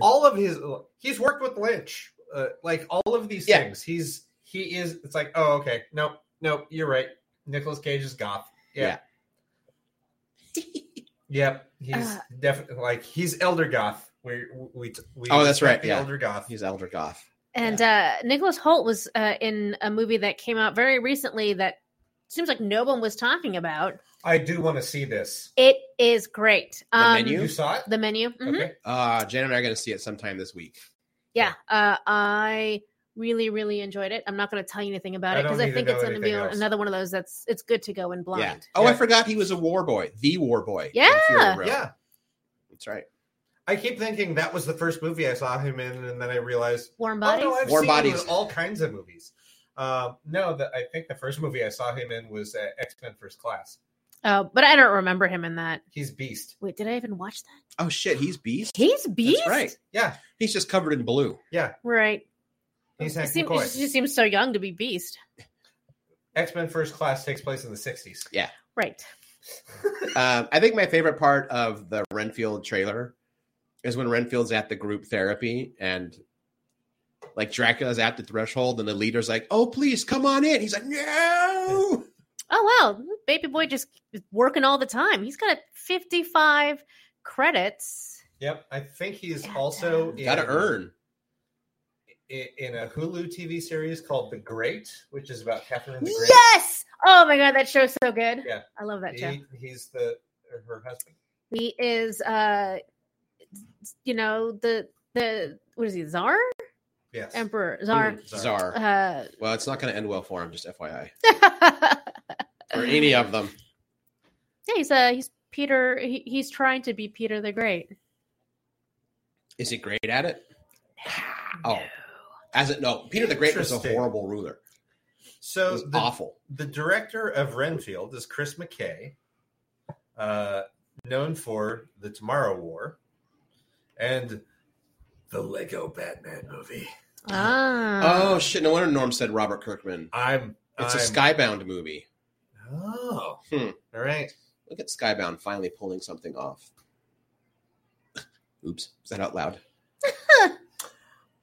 all of his he's worked with lynch uh, like all of these
Yeah.
things he's he is it's like oh okay nope nope you're right Nicolas cage is goth yeah, yep he's
Uh.
definitely like he's elder goth we we, we
Oh, that's
respect
right,
the
yeah.
elder goth
He's Elder Goth.
And uh, Nicholas Holt was uh, in a movie that came out very recently that seems like no one was talking about.
i do want to see this
It is great. Um,
The
you,
You?
saw it
The menu. Mhm.
okay
Uh, Jan and I are gonna see it sometime this week.
Yeah. Uh, I Really, really enjoyed it. I'm not going to tell you anything about
I
it because
don't
I
need to
think
know
it's going to be
anything else.
another one of those that's it's good to go in
Yeah.
blind.
Oh, I
Yeah.
forgot he was a war boy. The war boy. in
Yeah.
Fury Road.
Yeah,
That's right.
I keep thinking that was the first movie I saw him in, and then I realized,
Warm
oh
bodies.
no, I've
Warm
seen him
Bodies.
in all kinds of movies. Uh, no, the, I think the first movie I saw him in was uh, X Men First Class.
Uh, but I don't remember him in that.
He's Beast.
Wait, did I even watch that?
Oh shit, he's beast.
He's beast.
right.
Yeah,
He's just covered in blue.
Right.
he's
He
Hank
seem- he
McCoy.
just- he seems so young to be beast.
X Men First Class takes place in the '60s.
Right.
Um, I think my favorite part of the Renfield trailer is when Renfield's at the group therapy and like Dracula's at the threshold and the leader's like, "Oh, please come on in." He's like, "No."
Oh wow, baby boy just is working all the time. He's got 55 credits.
Yep, I think he's
Yeah,
also in,
Got to earn.
in in a Hulu TV series called The Great, which is about Catherine the Great.
Yes. Oh my god, that show's so good.
Yeah.
I love that show.
He, he's the her husband.
He is uh you know, the the what is he, Czar?
Yes.
Emperor,
Mm.
Czar.
Czar.
Uh
Well, it's not going to end well for him, just FYI.
Uh-huh.
Or any of them.
yeah, he's uh he's Peter he, he's trying to be Peter the Great.
Is he great at it? Oh, as it no, Peter the Great was a
Interesting.
horrible ruler. It
So
was
the,
awful.
the director of Renfield is Chris McKay, uh, known for The Tomorrow War and the Lego Batman movie.
Ah.
Oh shit! No wonder Norm said Robert Kirkman.
I'm
It's
I'm,
a Skybound movie.
Oh,
Hmm.
all right.
Look at Skybound finally pulling something off. Oops, was that out loud?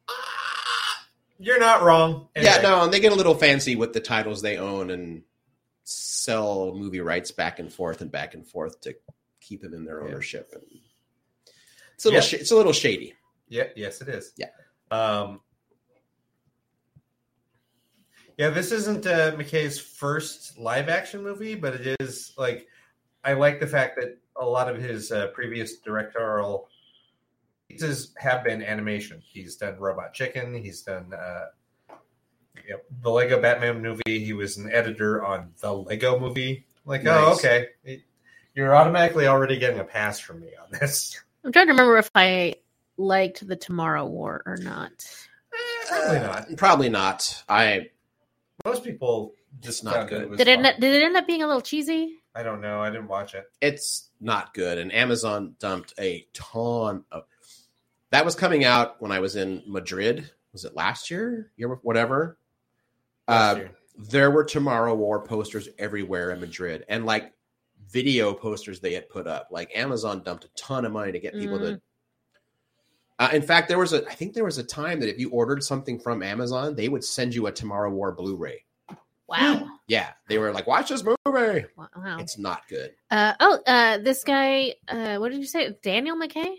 Ah, You're not wrong.
Yeah,
Anyway,
no, and they get a little fancy with the titles they own and sell movie rights back and forth and back and forth to keep them in their
Yeah.
ownership. And it's a little,
Yeah.
sh- it's a little shady.
Yeah, yes, it is.
Yeah.
Um, yeah, this isn't uh, McKay's first live action movie, but it is like I like the fact that a lot of his uh, previous directorial pieces have been animation. He's done Robot Chicken. He's done uh, yep, the Lego Batman movie. He was an editor on the Lego movie. Like, oh,
Nice.
okay. It- you're automatically already getting a pass from me on this.
I'm trying to remember if I liked the Tomorrow War or not.
Probably not.
Probably not. I
Most people
just
found
not
that
good.
was
Did it
fun.
not, did it end up being a little cheesy?
I don't know. I didn't watch it.
it's not good. And Amazon dumped a ton of that was coming out when I was in Madrid. Was it last year? Year bef- whatever.
last
Uh,
year.
there were Tomorrow War posters everywhere in Madrid, and like video posters they had put up. Like Amazon dumped a ton of money to get people to. Uh, in fact, there was a I think there was a time that if you ordered something from Amazon, they would send you a Tomorrow War Blu-ray.
Wow.
Yeah, they were like, watch this movie.
Wow.
It's not good.
Uh, oh, uh, this guy, uh, what did you say? Daniel McKay?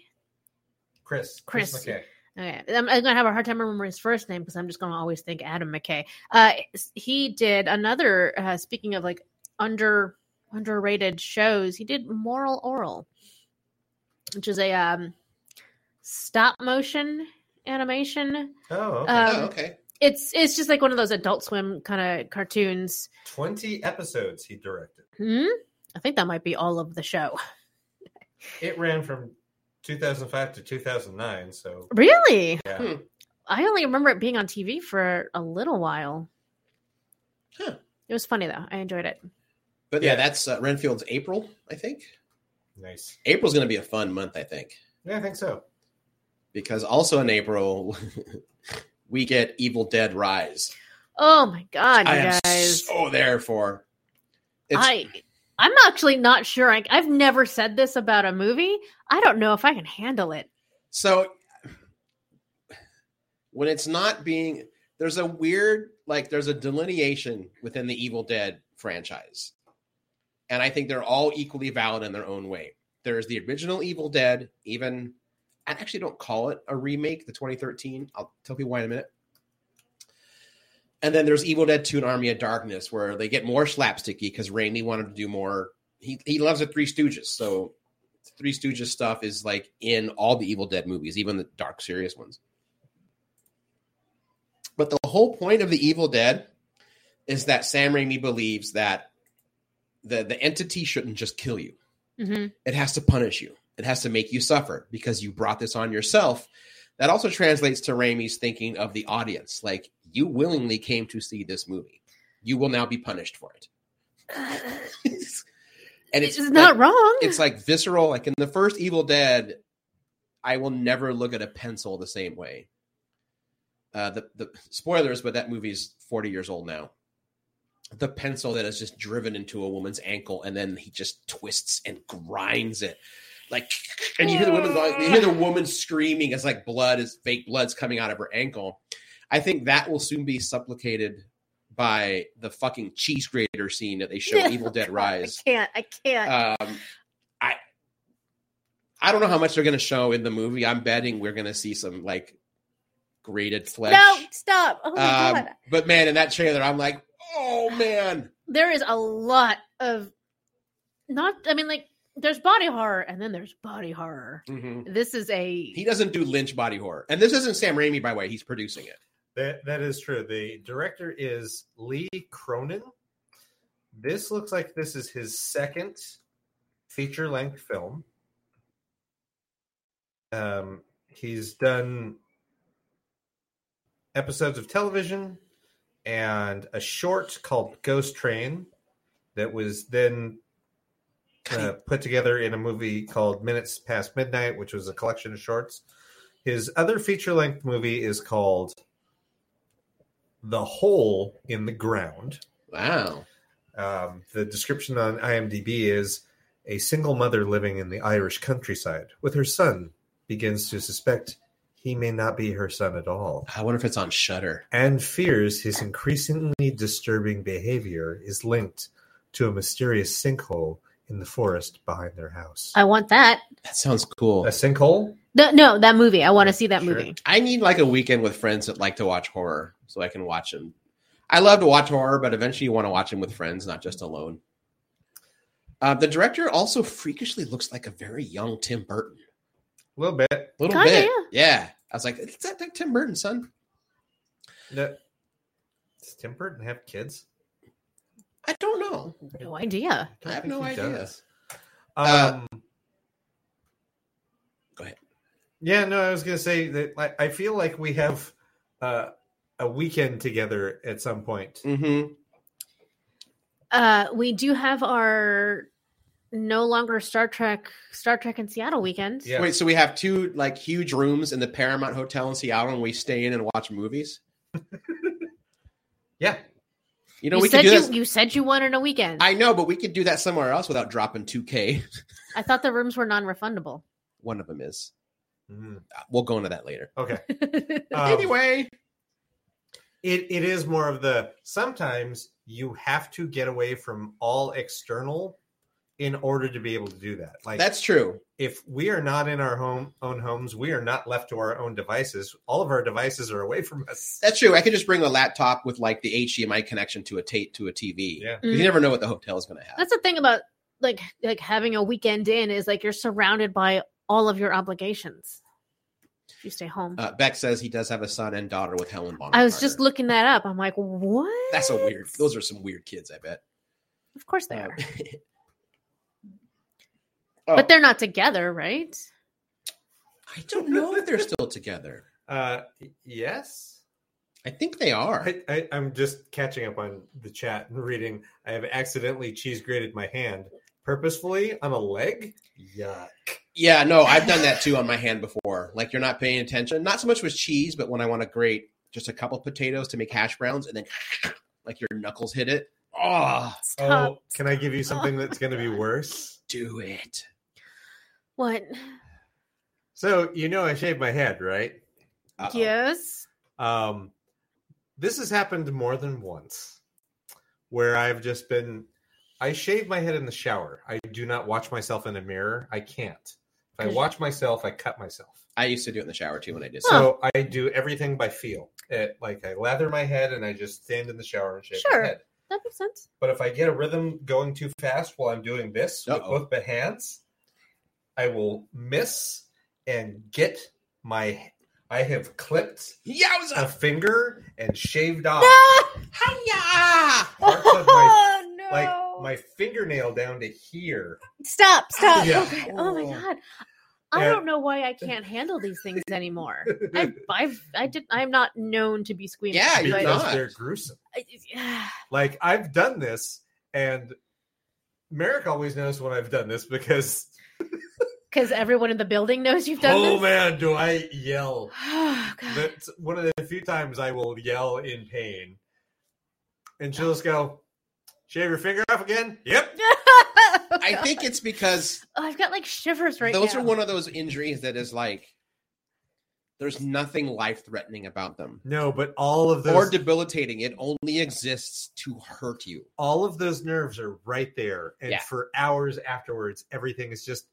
Chris.
Chris.
McKay.
Okay. I'm, I'm going to have a hard time remembering his first name because I'm just going to always think Adam McKay. Uh, s- he did another, uh, speaking of like under underrated shows, he did Moral Oral, which is a um, stop motion animation.
Oh, okay.
Um,
oh, okay.
It's it's just like one of those Adult Swim kind of cartoons.
Twenty episodes he directed.
Hmm? I think that might be all of the show.
It ran from 2005 to 2009. So
Really?
yeah,
Hmm.
I only remember it being on TV for a little while.
Huh.
It was funny though. I enjoyed it.
But yeah,
Yeah.
that's uh, Renfield's April, I think.
nice.
April's going to be a fun month, I think,
Yeah, I think so.
because also in April we get Evil Dead Rise.
Oh my god, you
I am
guys!
so there for. It's,
I I'm actually not sure. I, I've never said this about a movie. I don't know if I can handle it.
so when it's not being there's a weird like there's a delineation within the Evil Dead franchise. And I think they're all equally valid in their own way. There's the original Evil Dead, even I actually don't call it a remake, the 2013. I'll tell you why in a minute. And then there's Evil Dead 2 and Army of Darkness, where they get more slapsticky because Raimi wanted to do more. He he loves the Three Stooges, so Three Stooges stuff is like in all the Evil Dead movies, even the dark, serious ones. But the whole point of the Evil Dead is that Sam Raimi believes that the the entity shouldn't just kill you.
hmm
It has to punish you. It has to make you suffer because you brought this on yourself. That also translates to Raimi's thinking of the audience. Like you willingly came to see this movie. You will now be punished for it. and
it's, not wrong.
it's like visceral. Like in the first Evil Dead, I will never look at a pencil the same way. Uh, the the spoilers, but that movie's forty years old now. The pencil that is just driven into a woman's ankle, and then he just twists and grinds it, like, and you hear the woman going, you hear the woman screaming as like blood is fake blood's coming out of her ankle. I think that will soon be supplicated by the fucking cheese grater scene that they show in Evil Dead Rise
I can't. I can't.
um, I I don't know how much they're going to show in the movie. I'm betting we're going to see some like grated flesh.
no, stop. Oh my
um,
god.
but man, in that trailer, I'm like, oh man,
There is a lot of not I mean like there's body horror and then there's body horror. This is a
Mm-hmm. he doesn't do Lynch body horror, and this isn't Sam Raimi by the way. He's producing it.
That that is true. The director is Lee Cronin. This looks like this is his second feature length film. Um, he's done episodes of television and a short called Ghost Train that was then uh, put together in a movie called Minutes Past Midnight, which was a collection of shorts. His other feature length movie is called the hole in the ground.
Wow,
Um, the description on IMDb is a single mother living in the Irish countryside with her son begins to suspect he may not be her son at all
I wonder if it's on Shutter.
and fears his increasingly disturbing behavior is linked to a mysterious sinkhole in the forest behind their house.
I want that.
That sounds
a
cool.
sinkhole?
No, no, that movie. I want to see that
Sure.
movie.
I need like a weekend with friends that like to watch horror, so I can watch them. I love to watch horror, but eventually you want to watch them with friends, not just alone. Uh, the director also freakishly looks like a very young Tim Burton.
A little bit.
A little
Kinda,
bit, yeah. I was like, is that that Tim Burton, son?
No. Does Tim Burton have kids?
I don't know.
No idea.
don't
I have
think
no
he
idea.
does.
Uh,
Um,
Go ahead.
Yeah, no, I was gonna say that like, I feel like we have uh, a weekend together at some point.
Mm-hmm.
Uh we do have our no longer Star Trek Star Trek in Seattle weekend.
Yeah.
Wait, so we have two like huge rooms in the Paramount Hotel in Seattle, and we stay in and watch movies.
Yeah,
You
You,
know, we could
said
do
you,
this.
you said you wanted a weekend. I,
I know, but we could do that somewhere else without dropping two K.
thought the rooms were non-refundable.
One of them is.
Mhm.
We'll go into that later.
okay.
I
Um,
anyway,
it it is more of the sometimes you have to get away from all external in order to be able to do that. Like
that's true.
if we are not in our home own homes, we are not left to our own devices. All of our devices are away from us.
That's true. I could just bring a laptop with like the HDMI connection to a tape to a TV.
Yeah.
'Cause You never know what the hotel is going to have.
Mm-hmm. That's the thing about like like having a weekend in is like you're surrounded by all of your obligations. If you stay home.
uh, Beck says he does have a son and daughter with Helen Bonham.
I was
Carter.
just looking that up. I'm like, what?
That's a weird. Those are some weird kids. I bet.
Of course they
Um,
are,
oh,
but they're not together, right?
I don't know if they're still together.
Uh, yes.
I think they are.
I, I, I'm just catching up on the chat and reading. I have accidentally cheese grated my hand purposefully on a leg. Yeah.
Yeah, no, I've done that too on my hand before. Like you're not paying attention. Not so much with cheese, but when I want to grate just a couple potatoes to make hash browns, and then like your knuckles hit it. Oh,
Stop.
Oh, can I give you something that's going to be worse?
do it.
What?
So you know I shaved my head, right?
Uh-oh.
Yes.
Um, this has happened more than once, where I've just been. I shave my head in the shower. I do not watch myself in a mirror. I can't. If I watch myself, I cut myself.
I used to do it in the shower too when I did. So
So I do everything by feel. It, like I lather my head and I just stand in the shower and shave
Sure.
my head.
That makes sense.
But if I get a rhythm going too fast while I'm doing this
Uh-oh.
with both my hands, I will miss and get my I have clipped
Yowza!
a finger and shaved off
Hiya!
parts of my
no!
like my fingernail down to here.
stop! Stop!
Yeah.
Okay. Oh my
Oh.
god! I
Yeah.
don't know why I can't handle these things anymore. I, I've, I did. I'm not known to be squeamish.
Yeah, you're
but-
because
not.
they're gruesome.
I-
Like I've done this, and Merrick always knows when I've done this because
because everyone in the building knows you've done
oh
this.
man, do I yell?
Oh god!
That's one of the few times I will yell in pain, and she'll just go, "Shave your finger off again." Yep.
I think it's because
oh, I've got like shivers right
those
now.
are one of those injuries that is like there's nothing life threatening about them
No, but all of
or
those
debilitating. It only exists to hurt you.
all of those nerves are right there, and
Yeah.
for hours afterwards, everything is just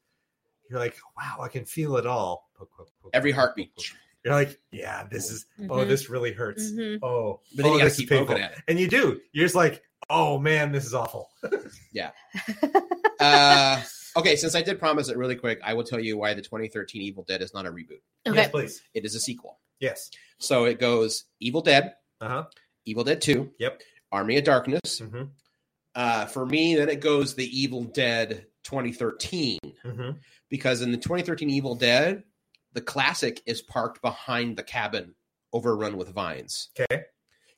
you're like, "Wow, I can feel it all." Poke, poke, poke,
Every
poke,
heartbeat. Mm-hmm.
poke, poke. You're like, "Yeah, this is. Oh,
Mhm,
this really hurts.
mhm.
Oh,
But then
oh,
you gotta
this is
keep poking
painful."
at it.
And you do. You're just like, "Oh man, this is awful."
Uh, okay, since I did promise it really quick, I will tell you why the 2013 Evil Dead is not a reboot.
Yes,
Okay.
please.
It is a sequel.
Yes.
So it goes Evil Dead,
Uh huh.
Evil Dead 2,
Yep.
Army of Darkness.
hmm
Uh, for me, then it goes the Evil Dead 2013.
hmm
because in the 2013 Evil Dead, the classic is parked behind the cabin overrun with vines.
Okay.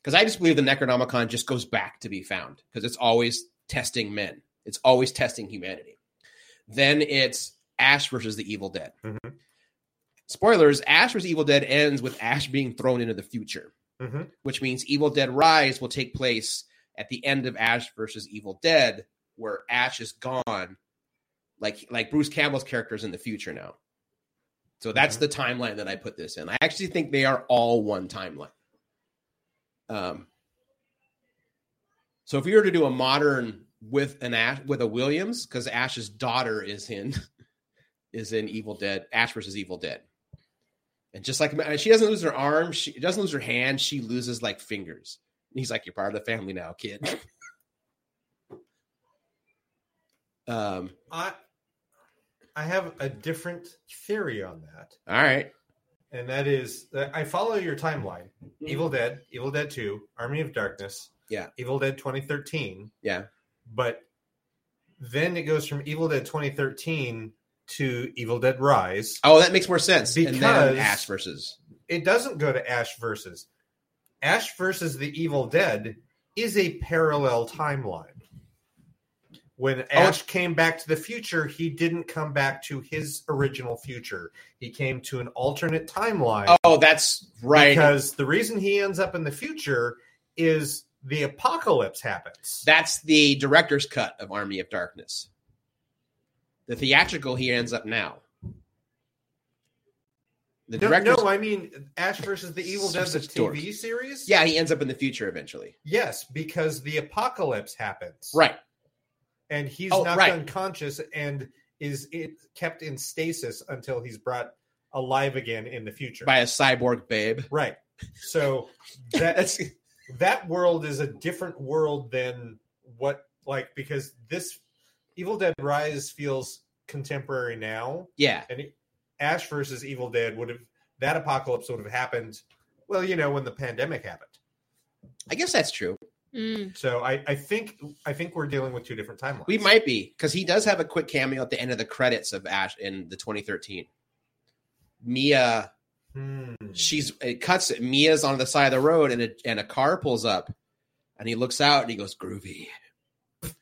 Because I just believe the Necronomicon just goes back to be found because it's always testing men, it's always testing humanity. Then it's Ash versus the Evil Dead.
Mhm.
Spoilers Ash versus Evil Dead ends with Ash being thrown into the future,
hmm
which means Evil Dead Rise will take place at the end of Ash versus Evil Dead, where Ash is gone, like like Bruce Campbell's character is in the future now. So that's
Mhm.
the timeline that I put this in. I actually think they are all one timeline. Um, so if you were to do a modern with an Ash with a Williams, because Ash's daughter is in is in Evil Dead, Ash versus Evil Dead. And just like she doesn't lose her arm, she doesn't lose her hand, she loses like fingers. And he's like, You're part of the family now, kid. um,
I I have a different theory on that,
all right.
and that is that I follow your timeline: Evil Dead, Evil Dead Two, Army of Darkness,
Mm-hmm. Yeah.
Evil Dead 2013,
Yeah.
But then it goes from Evil Dead 2013 to Evil Dead Rise.
Oh, that makes more sense. and
Because-
then Ash versus
It doesn't go to Ash versus Ash versus the Evil Dead is a parallel timeline.
Oh,
When Ash came back to the future, he didn't come back to his original future. He came to an alternate timeline.
Oh, that's right.
Because the reason he ends up in the future is the apocalypse happens.
That's the director's cut of Army of Darkness. The theatrical he ends up now. The
no,
director's
no, I mean Ash versus the Evil Dead, the
Such dork.
TV series.
Yeah, he ends up in the future eventually.
Yes, because the apocalypse happens.
Right.
And he's
Oh,
knocked
right.
unconscious and is it kept in stasis until he's brought alive again in the future.
By a cyborg babe.
Right. So that
That's
that world is a different world than what like because this Evil Dead Rise feels contemporary now.
yeah.
And Ash versus Evil Dead would have that apocalypse would have happened well, you know, when the pandemic happened.
I guess that's true.
Mm.
So I, I think I think we're dealing with two different timelines.
We might be because he does have a quick cameo at the end of the credits of Ash in the 2013. Mia,
Hmm.
she's it cuts it. Mia's on the side of the road and a, and a car pulls up, and he looks out and he goes groovy.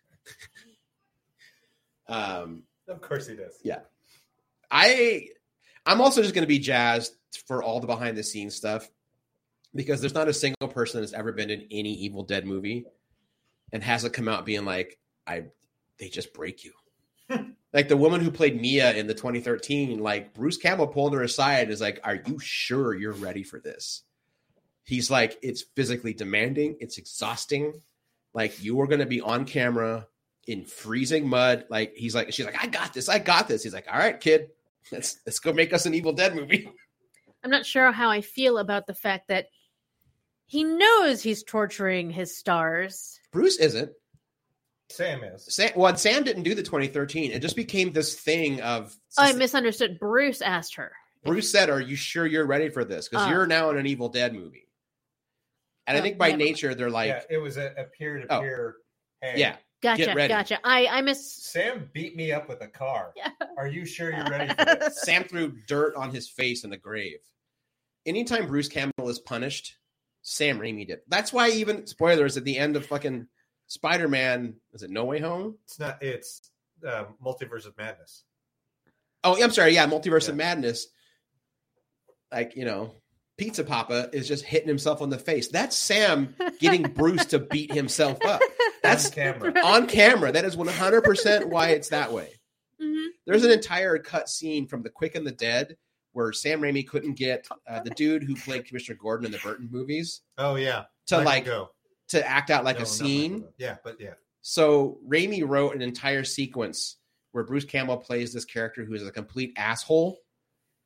um,
Of course he does.
I I'm also just going to be jazzed for all the behind the scenes stuff because there's not a single person that's ever been in any Evil Dead movie and hasn't come out being like, I they just break you. like the woman who played Mia in the 2013, like Bruce Campbell pulled her aside and is like, Are you sure you're ready for this? He's like, It's physically demanding, it's exhausting. Like you are gonna be on camera in freezing mud. Like he's like, she's like, I got this, I got this. He's like, All right, kid, let's let's go make us an Evil Dead movie.
I'm not sure how I feel about the fact that he knows he's torturing his stars.
Bruce isn't.
Sam is.
Sam, well, Sam didn't do the 2013. It just became this thing of
Oh, I misunderstood. Bruce asked her
Bruce said, "Are you sure you're ready for this? Because
Uh.
you're now in an Evil Dead movie." And I
Oh,
think by
never.
nature they're like, Oh,
yeah, it was a, a peer-to-peer. Hey,
yeah,
Gotcha,
Get ready.
gotcha. I I miss
Sam beat me up with a car.
Yeah.
Are you sure you're ready for this?
Sam threw dirt on his face in the grave. Anytime Bruce Campbell is punished, Sam Raimi did. That's why even spoilers at the end of fucking Spider Man is it No Way Home?
It's not. It's um, multiverse of madness.
Oh, I'm sorry, yeah, Multiverse
Yeah.
of Madness. Like you know, Pizza Papa is just hitting himself on the face. That's Sam getting Bruce to beat himself up That's-
on camera.
on camera. That is 100 percent why it's that way.
Mhm.
There's an entire cut scene from The Quick and the Dead where Sam Raimi couldn't get uh, the dude who played Commissioner Gordon in the Burton movies
Oh yeah.
to
Michael
like
Gough.
to act out like
No,
a
not
scene.
Michael Gough. Yeah, but yeah.
So Raimi wrote an entire sequence where Bruce Campbell plays this character who is a complete asshole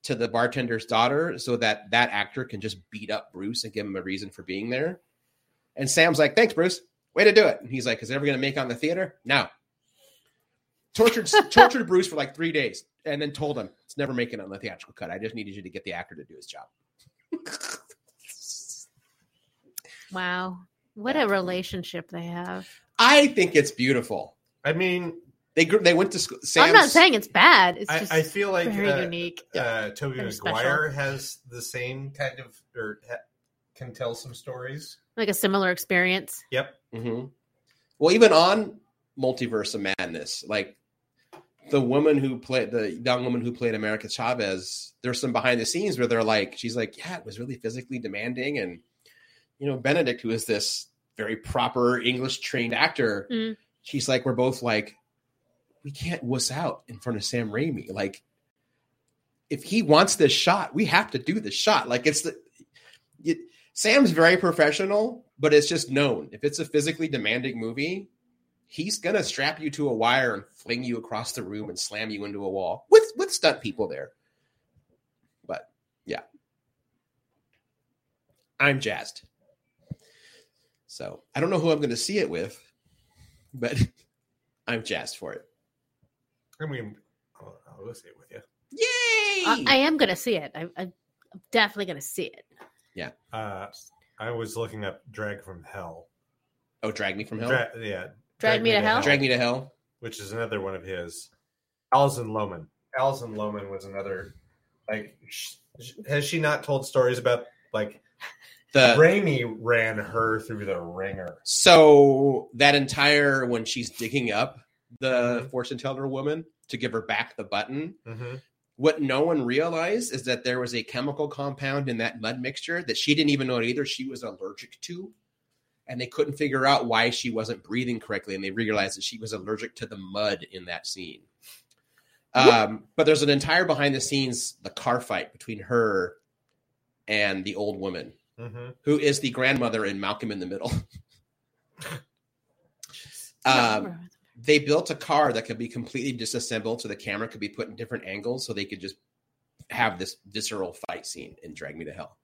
to the bartender's daughter, so that that actor can just beat up Bruce and give him a reason for being there. And Sam's like, "Thanks, Bruce, way to do it." And he's like, "Is it ever going to make on the theater?" No. Tortured tortured Bruce for like three days, and then told him it's never making it on the theatrical cut. I just needed you to get the actor to do his job.
Wow, what a relationship they have.
I think it's beautiful.
I mean,
They grew, they went to school. Sam's,
I'm not saying it's bad. It's
I,
just
I feel like
very
uh,
unique.
uh, Toby
Very
McGuire has the same kind of or ha- can tell some stories.
Like a similar experience.
hmm Well, even on Multiverse of Madness, like the woman who played the young woman who played America Chavez, there's some behind the scenes where they're like, she's like, yeah, it was really physically demanding, and you know, Benedict, who is this very proper English trained actor,
Mm.
she's like, we're both like, we can't wuss out in front of Sam Raimi, like. If he wants this shot, we have to do this shot. Like it's the, it, Sam's very professional, but it's just known. If it's a physically demanding movie, he's gonna strap you to a wire and fling you across the room and slam you into a wall with with stunt people there. But yeah, I'm jazzed. So I don't know who I'm gonna see it with, but I'm jazzed for it.
I mean, I'll, I'll say it with you.
Yay!
I, I am gonna see it. I, I, I'm definitely gonna see it.
Uh, I was looking up "Drag from Hell."
oh, drag me from hell.
Dra- yeah,
Drag Me to Hell?
drag me to hell.
which is another one of his. Alison Lohman. Alison Lohman was another. Like, sh- sh- has she not told stories about like
The
Raimi ran her through the ringer?
So that entire when she's digging up the fortune teller woman to give her back the button, Mm-hmm, what no one realized is that there was a chemical compound in that mud mixture that she didn't even know it either. She was allergic to, and they couldn't figure out why she wasn't breathing correctly. And they realized that she was allergic to the mud in that scene. Um, but there's an entire behind the scenes the car fight between her and the old woman
Mm-hmm.
who is the grandmother in Malcolm in the Middle. um, they built a car that could be completely disassembled so the camera could be put in different angles so they could just have this visceral fight scene and drag me to hell.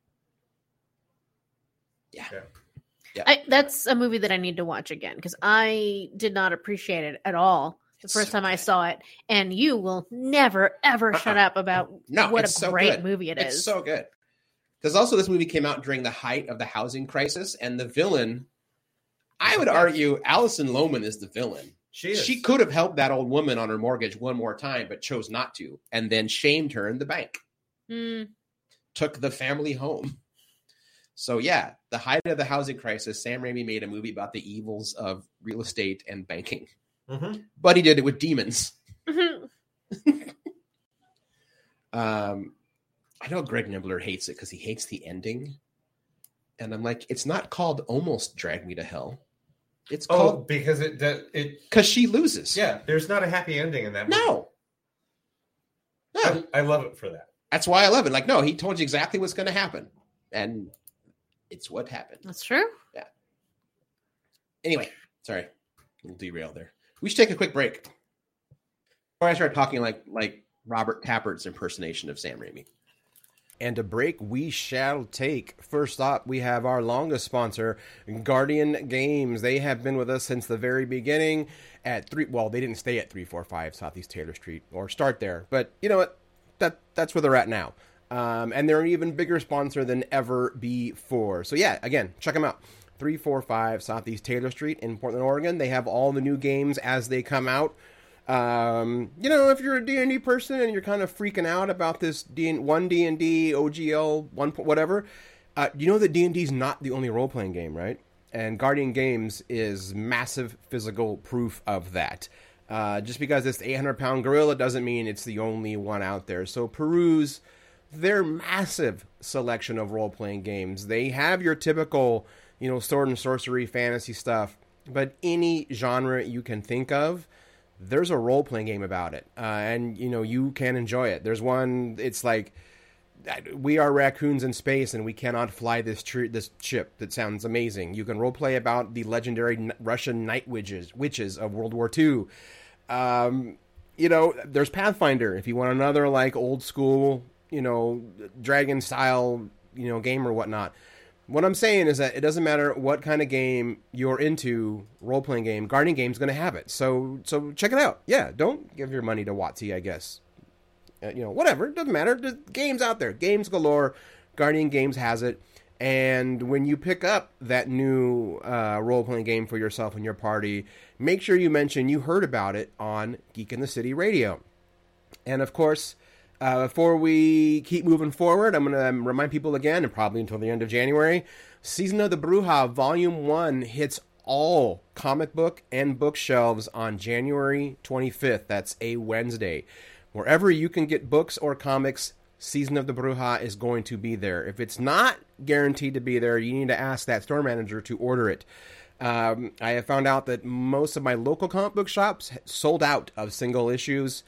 I, that's a movie that I need to watch again because I did not appreciate it at all the
It's
first
so
time I
good.
saw it, and you will never ever
Uh-uh.
shut up about
No,
what a
it's so
great
good.
movie it
it's
is.
so good. Because also this movie came out during the height of the housing crisis and the villain, I would argue Allison Lohman is the villain.
She is.
She could have helped that old woman on her mortgage one more time, but chose not to, and then shamed her in the bank.
Mm,
took the family home. So yeah, the height of the housing crisis, Sam Raimi made a movie about the evils of real estate and banking,
Mhm.
but he did it with demons.
mhm.
Um, I know Greg Nibbler hates it because he hates the ending, and I'm like, it's not called almost drag me to hell. It's
Oh,
called
because it that- it
because she loses.
yeah. There's not a happy ending in that. movie.
No. No.
I, I love it for that.
That's why I love it. Like, no, he told you exactly what's going to happen, and it's what happened.
that's true.
anyway, sorry, we'll derail there. We should take a quick break. Before I start talking like like Robert Tappert's impersonation of Sam Raimi.
And a break we shall take. First up, we have our longest sponsor, Guardian Games. They have been with us since the very beginning at three. Well, they didn't stay at 345 Southeast Taylor Street or start there, but you know what? That, that's where they're at now.
Um, and they're an even bigger sponsor than ever before. So, yeah, again, check them out. 345 Southeast Taylor Street in Portland, Oregon. They have all the new games as they come out. Um, you know, if you're a D&D person and you're kind of freaking out about this D- one D&D, OGL, one po- whatever, uh, you know that D&D is not the only role-playing game, right? And Guardian Games is massive physical proof of that. Uh, just because it's the 800 pound gorilla doesn't mean it's the only one out there. So peruse their massive selection of role playing games. They have your typical, you know, sword and sorcery fantasy stuff, but any genre you can think of, there's a role playing game about it. Uh, and, you know, you can enjoy it. There's one, it's like, we are raccoons in space and we cannot fly this tr- this ship that sounds amazing you can roleplay about the legendary n- russian night witches witches of world war ii um, you know there's pathfinder if you want another like old school you know dragon style you know game or whatnot what i'm saying is that it doesn't matter what kind of game you're into role-playing game gardening game's going to have it so so check it out yeah don't give your money to watsi i guess uh, you know, whatever. It doesn't matter. The games out there, games galore. Guardian Games has it. And when you pick up that new uh, role playing game for yourself and your party, make sure you mention you heard about it on Geek in the City Radio. And of course, uh, before we keep moving forward, I'm going to remind people again, and probably until the end of January, Season of the Bruja Volume 1 hits all comic book and bookshelves on January 25th. That's a Wednesday wherever you can get books or comics, Season of the Bruja is going to be there. If it's not guaranteed to be there, you need to ask that store manager to order it. Um, I have found out that most of my local comic book shops sold out of single issues.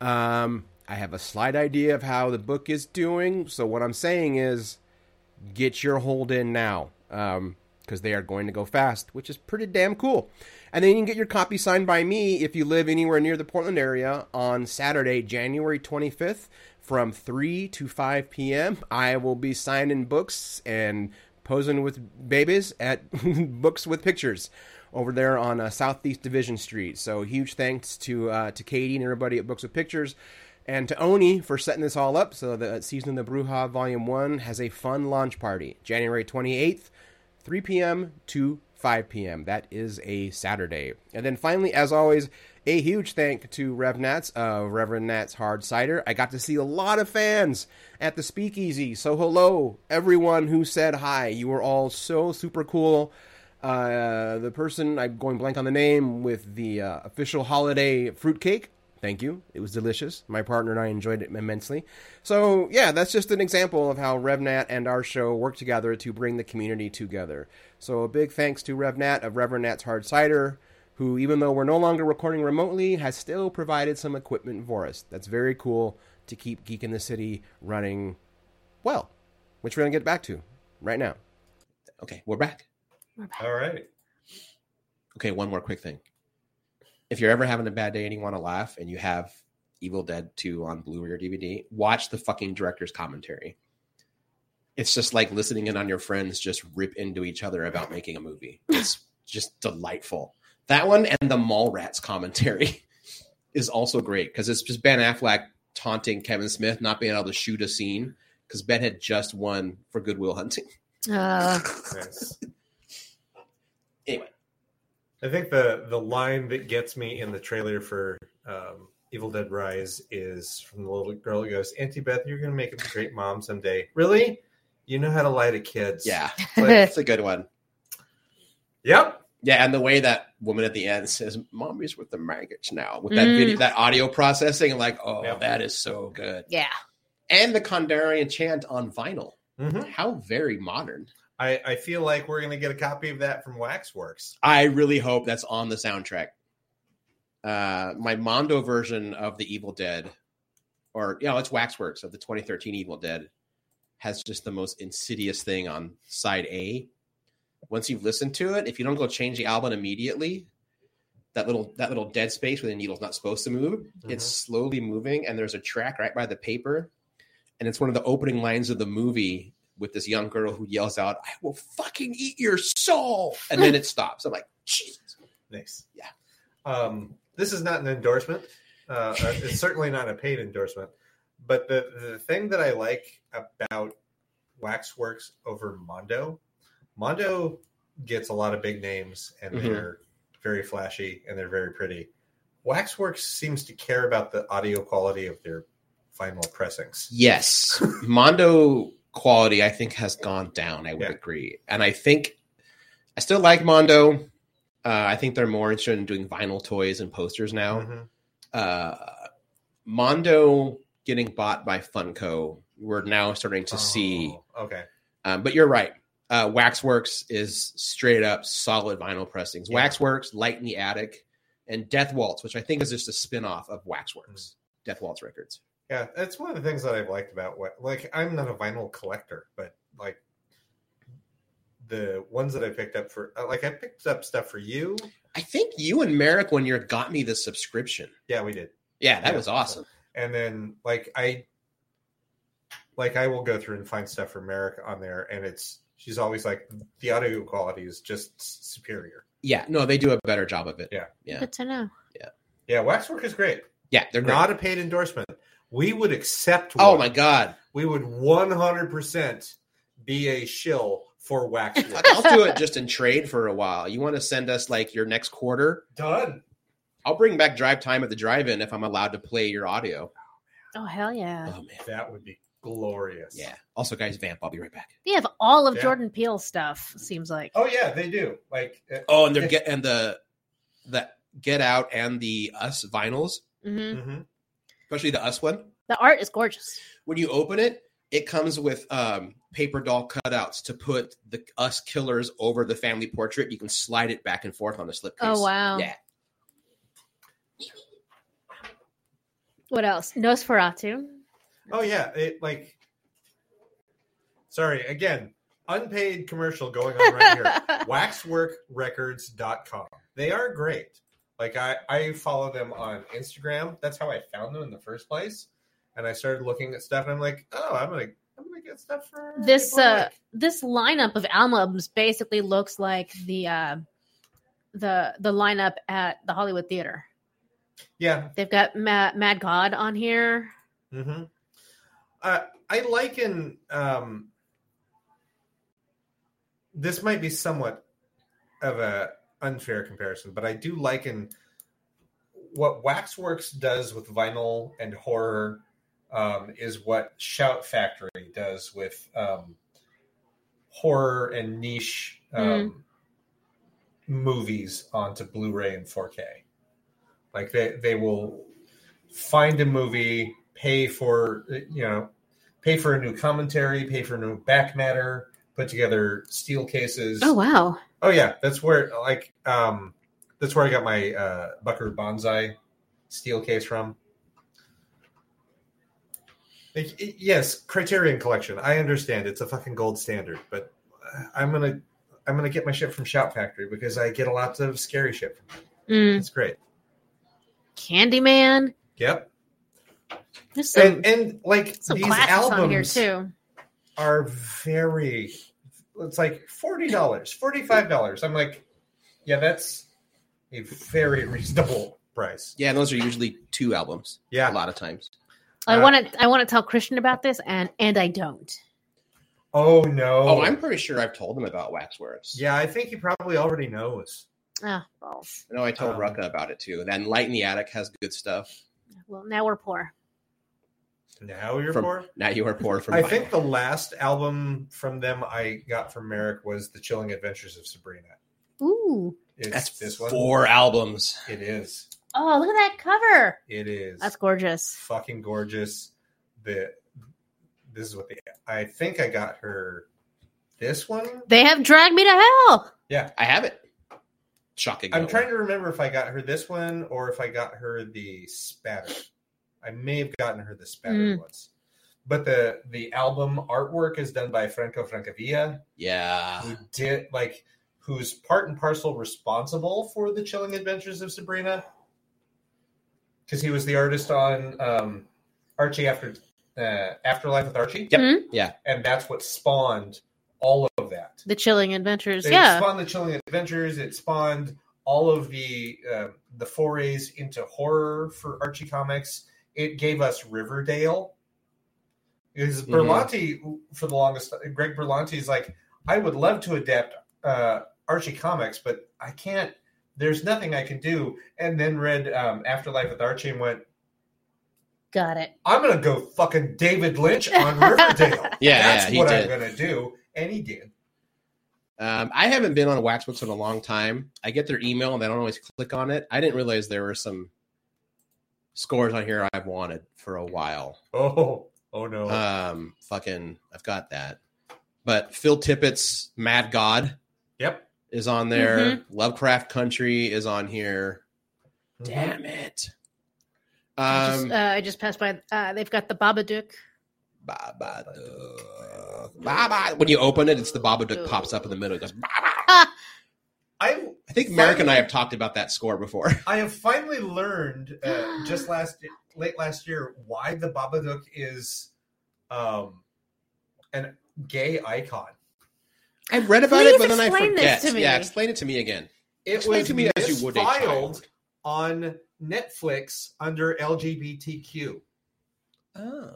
Um, I have a slight idea of how the book is doing. So, what I'm saying is get your hold in now. Um, because they are going to go fast, which is pretty damn cool. And then you can get your copy signed by me if you live anywhere near the Portland area on Saturday, January 25th from 3 to 5 p.m. I will be signing books and posing with babies at Books with Pictures over there on uh, Southeast Division Street. So huge thanks to uh, to Katie and everybody at Books with Pictures. And to Oni for setting this all up so that Season of the Bruja Volume 1 has a fun launch party January 28th 3 p.m. to 5 p.m. That is a Saturday. And then finally, as always, a huge thank to Rev Nats of Reverend Nats Hard Cider. I got to see a lot of fans at the speakeasy. So, hello, everyone who said hi. You were all so super cool. Uh, the person, I'm going blank on the name, with the uh, official holiday fruitcake. Thank you. It was delicious. My partner and I enjoyed it immensely. So, yeah, that's just an example of how RevNat and our show work together to bring the community together. So, a big thanks to RevNat of Reverend Nat's Hard Cider, who, even though we're no longer recording remotely, has still provided some equipment for us. That's very cool to keep Geek in the City running well, which we're going to get back to right now.
Okay, we're back.
We're back.
All right.
Okay, one more quick thing. If you're ever having a bad day and you want to laugh and you have Evil Dead 2 on Blu-ray or DVD, watch the fucking director's commentary. It's just like listening in on your friends just rip into each other about making a movie. It's just delightful. That one and the Mallrats commentary is also great because it's just Ben Affleck taunting Kevin Smith not being able to shoot a scene because Ben had just won for Goodwill Hunting.
Uh,
Nice.
Anyway,
I think the the line that gets me in the trailer for um, Evil Dead Rise is from the little girl who goes, "Auntie Beth, you're going to make a great mom someday." Really? You know how to lie to kids?
yeah,
But-
that's a good one.
yep.
Yeah, and the way that woman at the end says, "Mommy's with the maggots now," with that video, that audio processing, I'm like, oh,
Yeah.
that is so good.
yeah.
And the Kondarian chant on vinyl,
hmm
how very modern.
I I feel like we're going to get a copy of that from Waxworks.
I really hope that's on the soundtrack. Uh, my Mondo version of the Evil Dead, or you know, it's Waxworks of the 2013 Evil Dead, has just the most insidious thing on side A. Once you've listened to it, if you don't go change the album immediately, that little that little dead space where the needle's not supposed to move, it's slowly moving, and there's a track right by the paper, and it's one of the opening lines of the movie with this young girl who yells out, "I will fucking eat your soul," and then it stops. I'm like, Jesus.
Nice.
Yeah.
Um, this is not an endorsement. Uh, uh, it's certainly not a paid endorsement, But the the thing that I like about Waxworks over Mondo, Mondo gets a lot of big names and
Mhm.
they're very flashy and they're very pretty. Waxworks seems to care about the audio quality of their final pressings.
Yes. Mondo quality, I think, has gone down. I would
Yeah.
agree. And I think I still like Mondo. Uh, I think they're more interested in doing vinyl toys and posters now.
Mhm.
Uh, Mondo getting bought by Funko, we're now starting to see.
Oh, okay.
Um, but you're right. Uh, Waxworks is straight up solid vinyl pressings.
Yeah.
Waxworks, Light in the Attic, and Death Waltz, which I think is just a spin off of Waxworks,
Mm.
Death Waltz Records.
Yeah, that's one of the things that I've liked about what like I'm not a vinyl collector, but like the ones that I picked up for uh, like I picked up stuff for you.
I think you and Merrick when you got me the subscription.
Yeah, we did.
Yeah, that
Yeah.
was awesome.
And then like I like I will go through and find stuff for Merrick on there and it's she's always like the audio quality is just s- superior.
Yeah, no, they do a better job of it.
Yeah.
yeah,
Good to know.
Yeah, waxwork is great.
yeah. They're great.
Not a paid endorsement. We would accept
Oh
one.
my god,
we would 100% be a shill for waxwork.
I'll do it just in trade for a while. You want to send us like your next quarter?
Done.
I'll bring back drive time at the drive-in if I'm allowed to play your audio.
Oh hell yeah!
Oh man,
That would be glorious.
yeah. Also, guys, vamp. I'll be right back.
They have all of
Yeah.
Jordan Peele stuff. Seems like.
Oh yeah, they do. Like uh,
Oh, and they're get and the the Get Out and the Us vinyls,
hmm
mhm.
especially the Us one.
The art is gorgeous.
when you open it, it comes with um, paper doll cutouts to put the us killers over the family portrait. You can slide it back and forth on the slipcase.
Oh wow!
Yeah.
What else? Nosferatu.
Oh yeah, it like Sorry, again, unpaid commercial going on right here. waxworkrecords.com. They are great. Like I I follow them on Instagram. That's how I found them in the first place. And I started looking at stuff and I'm like, "Oh, I'm going to I'm going to get stuff for
This,
people I
uh,
like.
this lineup of albums basically looks like the uh, the the lineup at the Hollywood Theater.
Yeah.
They've got Ma- Mad God on here.
Mhm. Uh, I liken um this might be somewhat of a unfair comparison, but I do liken what Waxworks does with vinyl and horror um, is what Shout Factory does with um, horror and niche um, movies onto Blu-ray and 4K. Like they they will find a movie, pay for you know, pay for a new commentary, pay for new back matter, put together steel cases.
Oh wow!
Oh yeah, that's where like um that's where I got my uh Buckaroo Banzai steel case from. Like, it- yes, Criterion Collection. I understand it's a fucking gold standard, but uh, I'm gonna I'm gonna get my shit from Shout Factory because I get a lot of scary shit. From them.
Mm.
It's great.
Candyman.
Yep,
There's some
and and like
some
these
classics
albums
on here too.
are very. It's like forty dollars, forty five dollars. I'm like, yeah, that's a very reasonable price.
Yeah, and those are usually two albums
Yeah.
a lot of times.
I
Uh,
want to I want to tell Christian about this, and and I don't.
Oh no.
Oh, I'm pretty sure I've told them about Waxworks.
Yeah, I think he probably already knows.
Ah, balls.
I know I told
Um,
Rucka about it too. Then Light in the Attic has good stuff.
Well, now we're poor.
Now you're
From-
poor.
Now you are poor from
I
vinyl.
think the last album from them I got from Merrick was The Chilling Adventures of Sabrina.
Ooh.
It's
that's
this one.
four albums.
It is.
Oh, look at that cover.
It is.
That's gorgeous.
fucking gorgeous. The this is what the I think I got her this one.
They have dragged me to hell.
I have it. Shocking.
I'm trying to remember if I got her this one or if I got her the spatter. I may have gotten her the spatter
Mm.
once. But the the album artwork is done by Franco Francavilla.
Yeah.
who did like who's part and parcel responsible for the chilling adventures of Sabrina because he was the artist on um, Archie after uh, Afterlife with Archie.
Yep.
Mhm.
Yeah.
and that's what spawned all of that.
The Chilling Adventures.
It
yeah.
spawned the Chilling Adventures. It spawned all of the uh, the forays into horror for Archie comics. It gave us Riverdale, Because
Mm-hmm.
Berlanti, for the longest, Greg Berlanti is like, I would love to adapt uh, Archie comics, but I can't. There's nothing I can do. And then read um, Afterlife with Archie and went,
Got it.
I'm gonna go fucking David Lynch on Riverdale.
Yeah,
that's
yeah, he
what I'm
did.
gonna do, and he did.
Um, I haven't been on Waxworks in a long time. I get their email and I don't always click on it. I didn't realize there were some scores on here I've wanted for a while.
Oh, oh no.
Um, fucking, I've got that. But Phil Tippett's Mad God
yep.
is on there.
Mm-hmm.
Lovecraft Country is on here.
Mm-hmm.
Damn it.
I, just,
Um,
uh, I just passed by. Uh, they've got the Babadook.
Babadook. Baba. When you open it, it's the Babadook pops up in the middle. It goes. Baba.
I
I think Merrick and I have talked about that score before.
I have finally learned uh, just last late last year why the Babadook is um an gay icon.
I read about
Please
it, but then I
explain this
forget.
to me.
Yeah, explain it to me again.
It
Explain
was
to me as you would a
misfiled
child.
on Netflix under LGBTQ.
Oh.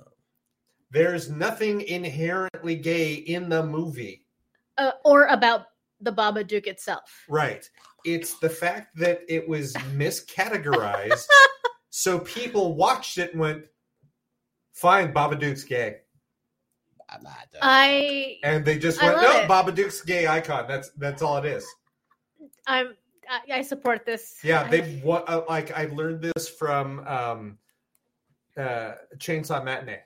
There's nothing inherently gay in the movie.
Uh, or about the Babadook itself.
Right. It's the fact that it was miscategorized. so people watched it and went, fine, Babadook's gay.
I
And they just
I
went,
love
no,
it.
Babadook's gay icon. That's that's all it is.
I'm I, I support this.
Yeah,
I-
they what uh, like I learned this from um uh Chainsaw Matinee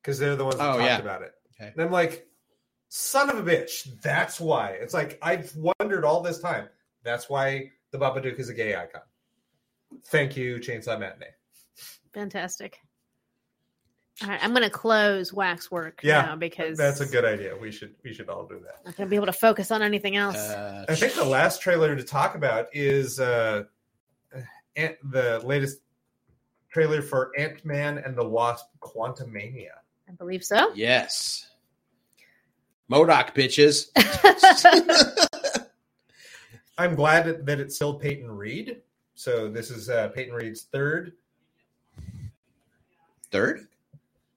because they're the ones that
Oh,
talked
yeah.
about it.
Okay.
And I'm like, son of a bitch, that's why. It's like I've wondered all this time. That's why the Babadook is a gay icon. Thank you, Chainsaw Matinee.
fantastic. All right, I'm going to close waxwork
Yeah,
now because
That's a good idea. We should we should all do that.
I'm not going to be able to focus on anything else.
Uh,
I think the last trailer to talk about is uh, Ant- the latest trailer for Ant Man and the Wasp: Quantumania.
I believe so.
yes. Modoc bitches.
I'm glad that- that it's still Peyton Reed. So this is uh, Peyton Reed's third.
Third?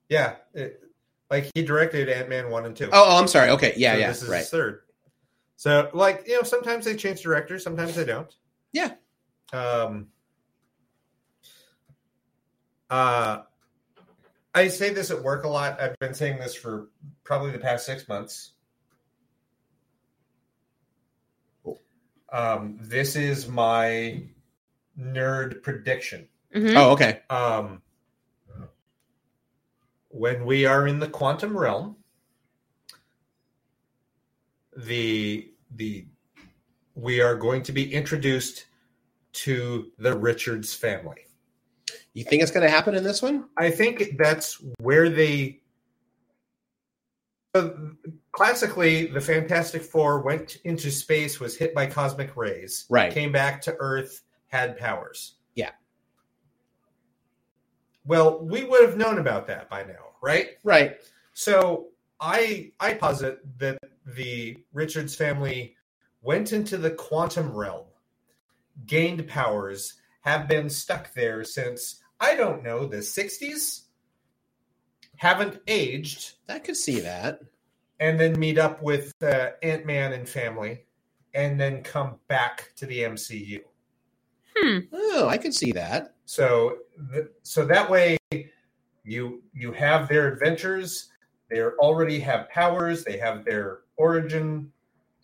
Yeah, it- like he directed Ant Man one and two.
Oh, oh, I'm sorry. Okay. Yeah,
So
yeah.
This is
Right.
his third. So, like you know, sometimes they change directors, sometimes they don't.
Yeah.
Um. Uh, I say this at work a lot. I've been saying this for probably the past six months. Um, this is my nerd prediction.
Mhm.
Oh, okay.
Um, when we are in the quantum realm, the the we are going to be introduced to the Richards family.
You think it's going to happen in this one?
I think that's where they. Uh, classically, the Fantastic Four went into space, was hit by cosmic rays,
Right.
came back to Earth, had powers.
Yeah.
Well, we would have known about that by now, right?
Right.
So I I posit that the Richards family went into the quantum realm, gained powers, have been stuck there since I don't know the 60s, haven't aged,
I could see that.
and then meet up with uh, Ant Man and family, and then come back to the MCU.
Oh, I could see that.
So th- so that way you you have their adventures. They already have powers. They have their origin,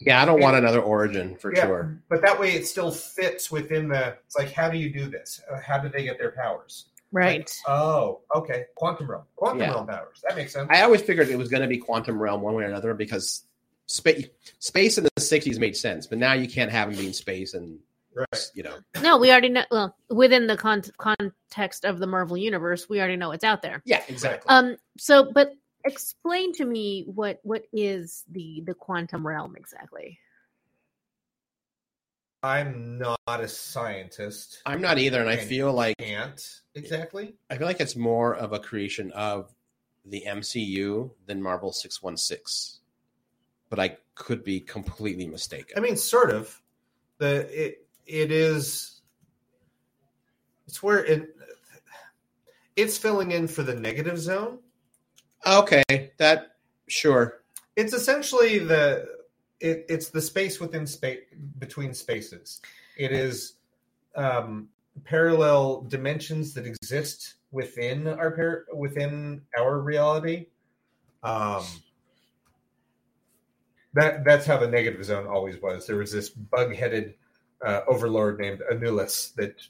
Yeah, I don't want another origin for
Yeah.
sure.
but that way it still fits within the. It's like, how do you do this? Uh, How do they get their powers?
Right.
Oh, okay, quantum realm, quantum
Yeah.
realm powers. That makes sense.
I always figured it was going to be Quantum Realm one way or another because space space in the 60s made sense, but now you can't have them be in space and,
right.
you know.
No, we already know. Well, within the con- context of the Marvel universe, we already know it's out there.
Yeah, exactly.
Um. So, but explain to me what what is the the quantum realm exactly?
I'm not a scientist.
I'm not either, and I
Okay.
feel like
can't exactly.
I feel like it's more of a creation of the MCU than Marvel 616. But I could be completely
I
mistaken.
mean, sort of. The it it is. It's where it it's filling in for the negative zone,
Okay, that sure.
It's essentially the it, it's the space within space between spaces. It is um, parallel dimensions that exist within our par- within our reality. Um, that that's how the negative zone always was. There was this bug-headed uh, overlord named Anulus that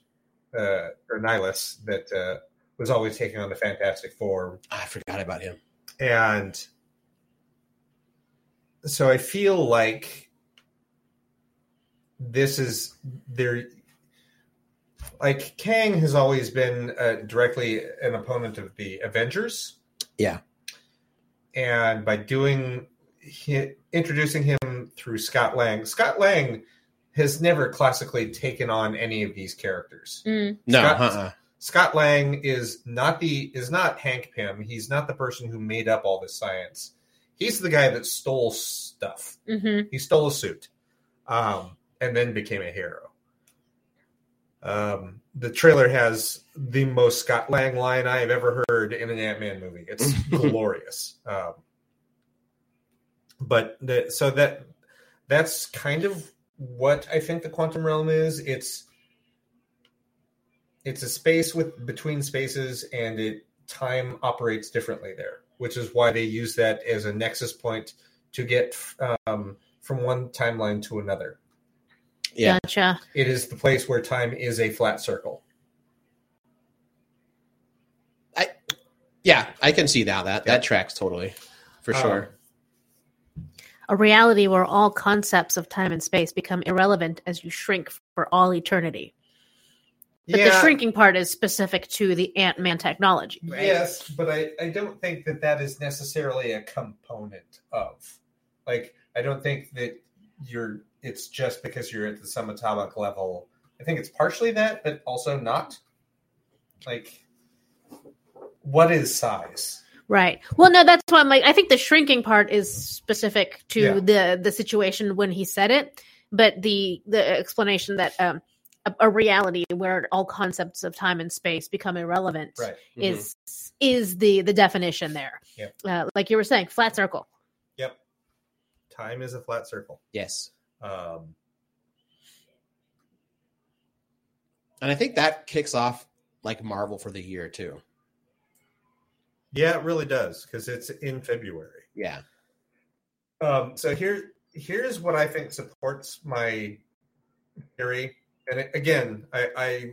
uh, or Nihilus that uh, was always taking on the Fantastic Four,
I forgot about him.
and so I feel like this is there. Like Kang has always been uh, directly an opponent of the Avengers.
Yeah.
and by doing hi introducing him through Scott Lang, Scott Lang has never classically taken on any of these characters.
Mm.
No,
Scott-
uh-uh.
Scott Lang is not the is not Hank Pym. He's not the person who made up all this science. He's the guy that stole stuff.
hmm
He stole a suit, um, and then became a hero. Um, the trailer has the most Scott Lang line I have ever heard in an Ant Man movie. It's glorious. Um, but the, so that that's kind of what I think the quantum realm is. It's it's a space with between spaces and it time operates differently there which is why they use that as a nexus point to get um, from one timeline to another
Yeah.
Gotcha.
it is the place where time is a flat circle
Yeah, I can see now that that tracks totally, for
Um,
sure.
A reality where all concepts of time and space become irrelevant as you shrink for all eternity. But the shrinking part is specific to the Ant Man technology, right?
Yes, but I, I don't think that that is necessarily a component of. Like, I don't think that you're, it's just because you're at the subatomic level. I think it's partially that, but also not. Like, what is size?
Right. Well, no, that's why I'm like, I think the shrinking part is specific to
Yeah.
the the situation when he said it, but the the explanation that um a, a reality where all concepts of time and space become irrelevant
Right.
Mm-hmm.
is is the the definition there.
Yep.
Uh, like you were saying, flat circle.
Time is a flat circle.
Yes,
Um,
and I think that kicks off like Marvel for the year too.
yeah, it really does because it's in February.
Yeah.
Um, so here, here's what I think supports my theory. And it- again, I,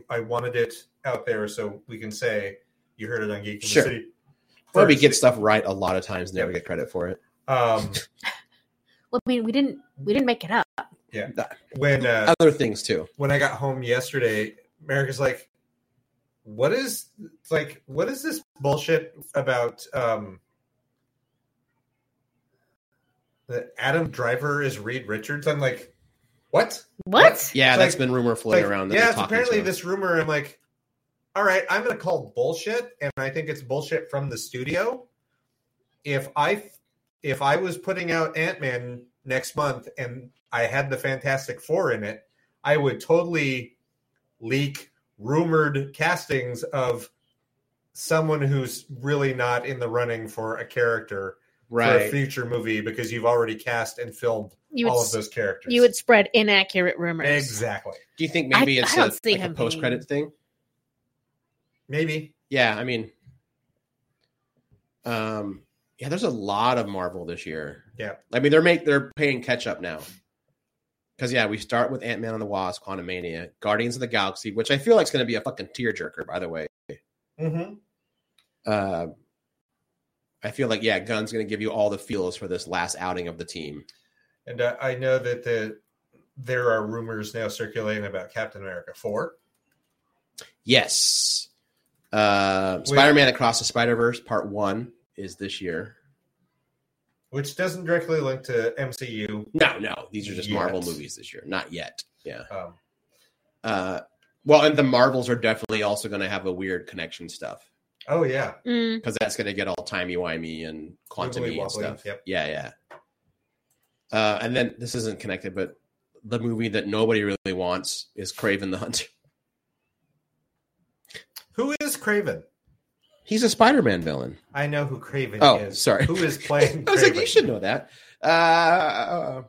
I I wanted it out there so we can say you heard it on Geek in
Sure.
the City.
Kirby
first.
gets stuff right a lot of times, never get credit for it.
um,
Well, I mean, we didn't we didn't make it up.
when uh,
Other things too.
when I got home yesterday, America's like, "What is like? What is this bullshit about?" Um, that Adam Driver is Reed Richards. I'm like, what?
What?
Yeah,
It's
that's
like-
been rumor floating
Like,
around. that
yeah,
they're
it's
talking
apparently
to him.
this rumor. I'm like, all right, I'm going to call bullshit, and I think it's bullshit from the studio. If I if I was putting out Ant Man next month and I had the Fantastic Four in it, I would totally leak rumored castings of someone who's really not in the running for a character for a
right.
future movie because you've already cast and filmed
You would
all of
s-
those characters.
you would spread inaccurate rumors.
exactly,
Do you think maybe
I-
it's
I don't
a,
see
like a
him
post credit thing?
maybe
Yeah, I mean, um, yeah, there's a lot of Marvel this year.
Yeah.
I mean they're make they're paying catch up now. Because yeah, we start with Ant Man and the Wasp, Quantumania, Guardians of the Galaxy, which I feel like is going to be a fucking tearjerker. By the way,
Mm-hmm.
uh, I feel like yeah, Gun's going to give you all the feels for this last outing of the team.
And uh, I know that the there are rumors now circulating about Captain America four.
Yes, uh, Spider Man Across the Spider Verse Part One is this year.
Which doesn't directly link to MCU.
No, no, these are just Marvel
Yes.
movies this year. Not yet. Yeah.
Um,
uh well and the marvels are definitely also going to have a weird connection stuff
oh yeah,
Mm,
because that's going to get all timey wimey and quantum
Wibbly
and
wobbly,
stuff
yep.
yeah yeah uh and then this isn't connected but the movie that nobody really wants is craven the hunter
who is Craven?
He's a Spider-Man villain.
I know who Craven
Oh,
is.
sorry.
Who is playing
I was like,
Kraven?
you should know that. Uh,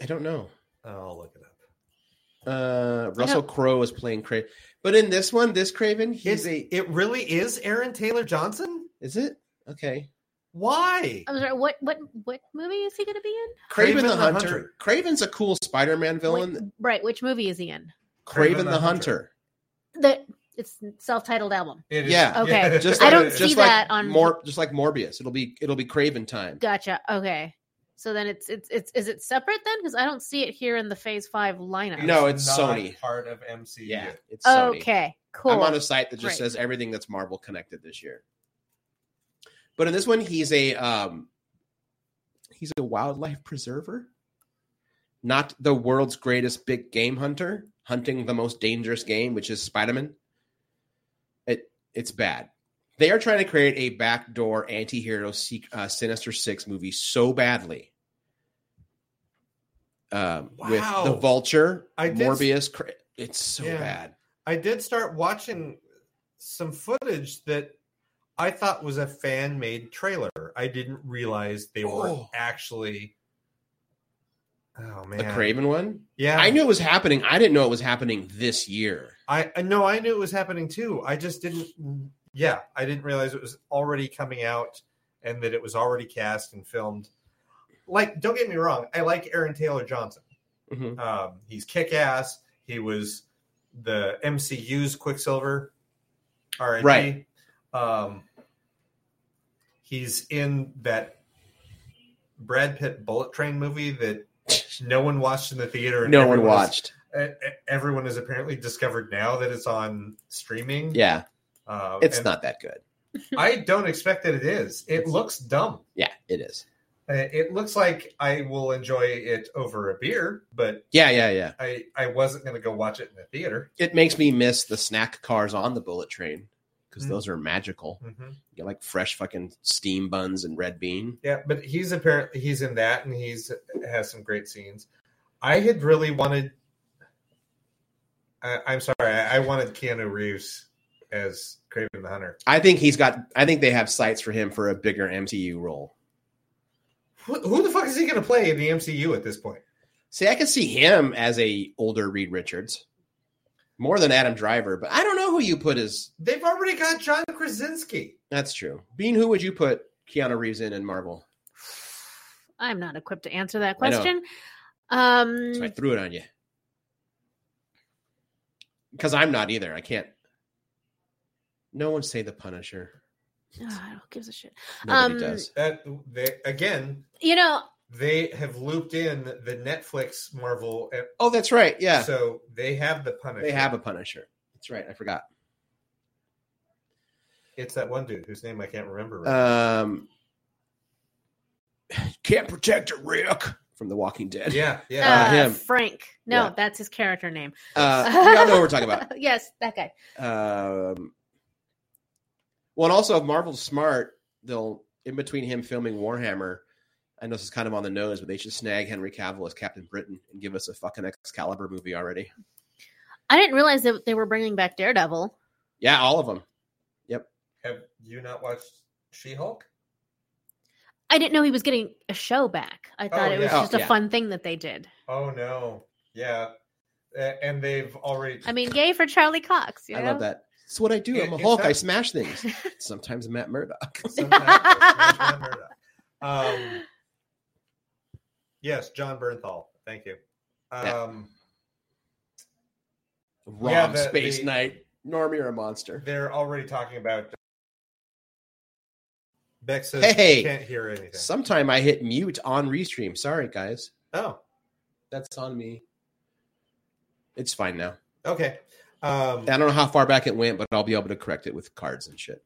I don't know.
I'll Oh, look it up.
Uh, Russell Crowe is playing Craven, but in this one, this Craven, he's
It's,
a.
it really is Aaron Taylor Johnson?
Is it okay?
Why?
I'm sorry. What what what movie is he going to be in?
Craven, the, Hunter. Craven's a cool Spider-Man villain.
Wait, right. Which movie is he in?
Craven, the, Hunter.
The it's self-titled album.
It
Yeah.
Okay.
Just
I
like,
don't
just
see
like
that on-
Mor- just like Morbius. It'll be it'll be Craven time.
Gotcha. Okay. So then it's it's it's is it separate then? Because I don't see it here in the Phase Five lineup.
No, it's
not
Sony.
Part of MCU.
Yeah, it's Sony.
Oh, Okay. Cool.
I'm on a site that just
Great.
says everything that's Marvel connected this year. But in this one, he's a um, he's a wildlife preserver, not the world's greatest big game hunter, hunting the most dangerous game, which is Spider-Man. It it's bad. They are trying to create a backdoor anti-hero se- uh, Sinister Six movie so badly. Um, With
Wow.
the Vulture,
I did-
Morbius, cra- it's so
Yeah.
bad.
I did start watching some footage that I thought was a fan made trailer. I didn't realize they were
Oh.
actually. Oh man,
The Craven one.
Yeah,
I knew it was happening. I didn't know it was happening this year.
I I- no, I knew it was happening too. I just didn't. Yeah, I didn't realize it was already coming out and that it was already cast and filmed. Like, don't get me wrong, I like Aaron Taylor Johnson.
Mhm.
Um, he's kick ass. He was the MCU's Quicksilver. R.I.P.
Right.
Um, he's in that Brad Pitt Bullet Train movie that no one watched in the theater. and
No one
everyone is-
watched.
e- e- everyone has apparently discovered now that it's on streaming.
Yeah,
Um,
it's
and
not that good.
I don't expect that it is. It looks dumb.
Yeah, it is.
Uh, It looks like I will enjoy it over a beer, but
Yeah, yeah, yeah.
I I wasn't going to go watch it in the theater.
It makes me miss the snack cars on the bullet train because
Mm.
those are magical.
hmm
You get like fresh fucking steam buns and red bean.
Yeah, but he's apparently he's in that, and he's has some great scenes. I had really wanted. I, I'm sorry, I, I wanted Keanu Reeves as Craven the Hunter.
I think he's got. I think they have sights for him for a bigger MCU role.
Who, who the fuck is he going to play in the MCU at this point?
See, I can see him as a older Reed Richards, more than Adam Driver. But I don't know who you put as.
They've already got John Krasinski.
That's true. Bean, who would you put Keanu Reeves in in Marvel?
I'm not equipped to answer that
I know.
question.
So I
Mm.
Um,
threw it on you. Because I'm not either. I can't. No one say the Punisher.
ah, who gives a shit?
Nobody
Um,
does.
That they again,
You know,
they have looped in the Netflix Marvel. eh,
Oh, that's right. Yeah,
So they have the Punisher.
they have a Punisher. That's right. I forgot.
It's that one dude whose name I can't remember. right
Um, can't protect a Rick from The Walking
now.
Dead.
yeah, yeah.
Uh,
uh,
him.
Frank. No,
Yeah.
that's his character name. Uh,
Uh, we all know what we're talking about.
yes, that guy.
Um, well, and also if Marvel's smart, they'll in between him filming Warhammer. I know this is kind of on the nose, but they should snag Henry Cavill as Captain Britain and give us a fucking Excalibur movie already.
I didn't realize that they were bringing back Daredevil.
Yeah, all of them. uh,
have you not watched She Hulk?
I didn't know he was getting a show back. I thought it was
yeah.
just
Oh,
a
yeah.
fun thing that they did.
Oh no. Yeah. Eh, And they've already.
I mean, yay for Charlie Cox. You
I
know?
love that. It's what I do.
It-
I'm a
it's
Hulk. I
not-
smash things. Sometimes Matt Murdock.
sometimes it's Matt Murdock. um, yes, John Bernthal. Thank you.
Yeah.
Um,
Wrong
the-
Space
the-
Knight. Normie or a monster.
They're already talking about. Beck says
Hey!
she can't hear anything.
Sometime I hit mute on restream. Sorry, guys.
oh,
That's on me. It's fine now.
okay. Um,
I don't know how far back it went, but I'll be able to correct it with cards and shit.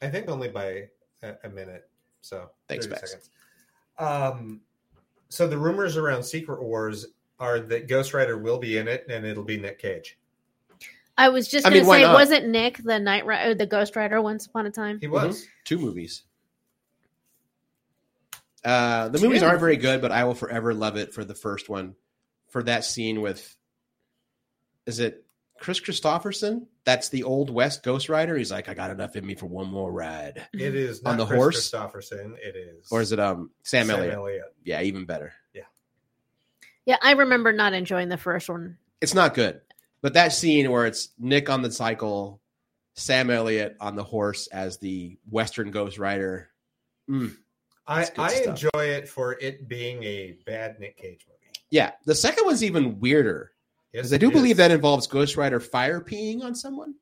I think only by a, a minute. So
Thanks,
30
Bex.
seconds. Um, so the rumors around Secret Wars are that Ghost Rider will be in it, and it'll be Nick Cage.
I was just
I
going
mean,
to
why
say,
not?
wasn't Nick the Night Rider, the Ghost Rider, once upon a time?
Mm-hmm.
He was.
Two movies. Uh, the movies
Two?
aren't very good, but I will forever love it for the first one. For that scene with, is it Chris Christopherson, that's the old West Ghost Rider. He's like, I got enough in me for one more ride.
It is not
On the
Chris
horse?
Christopherson. It is
Or is it um Sam,
Sam
Elliott?
Elliott.
Yeah, even better.
Yeah, I remember not enjoying the first one.
It's not good. But that scene where it's Nick on the cycle, Sam Elliott on the horse as the Western Ghost Rider.
I,
That's good
I
stuff.
enjoy it for it being a bad Nick Cage movie.
Yeah, the second one's even weirder
Yes,
because I do
it
believe
is.
that involves Ghost Rider fire peeing on someone.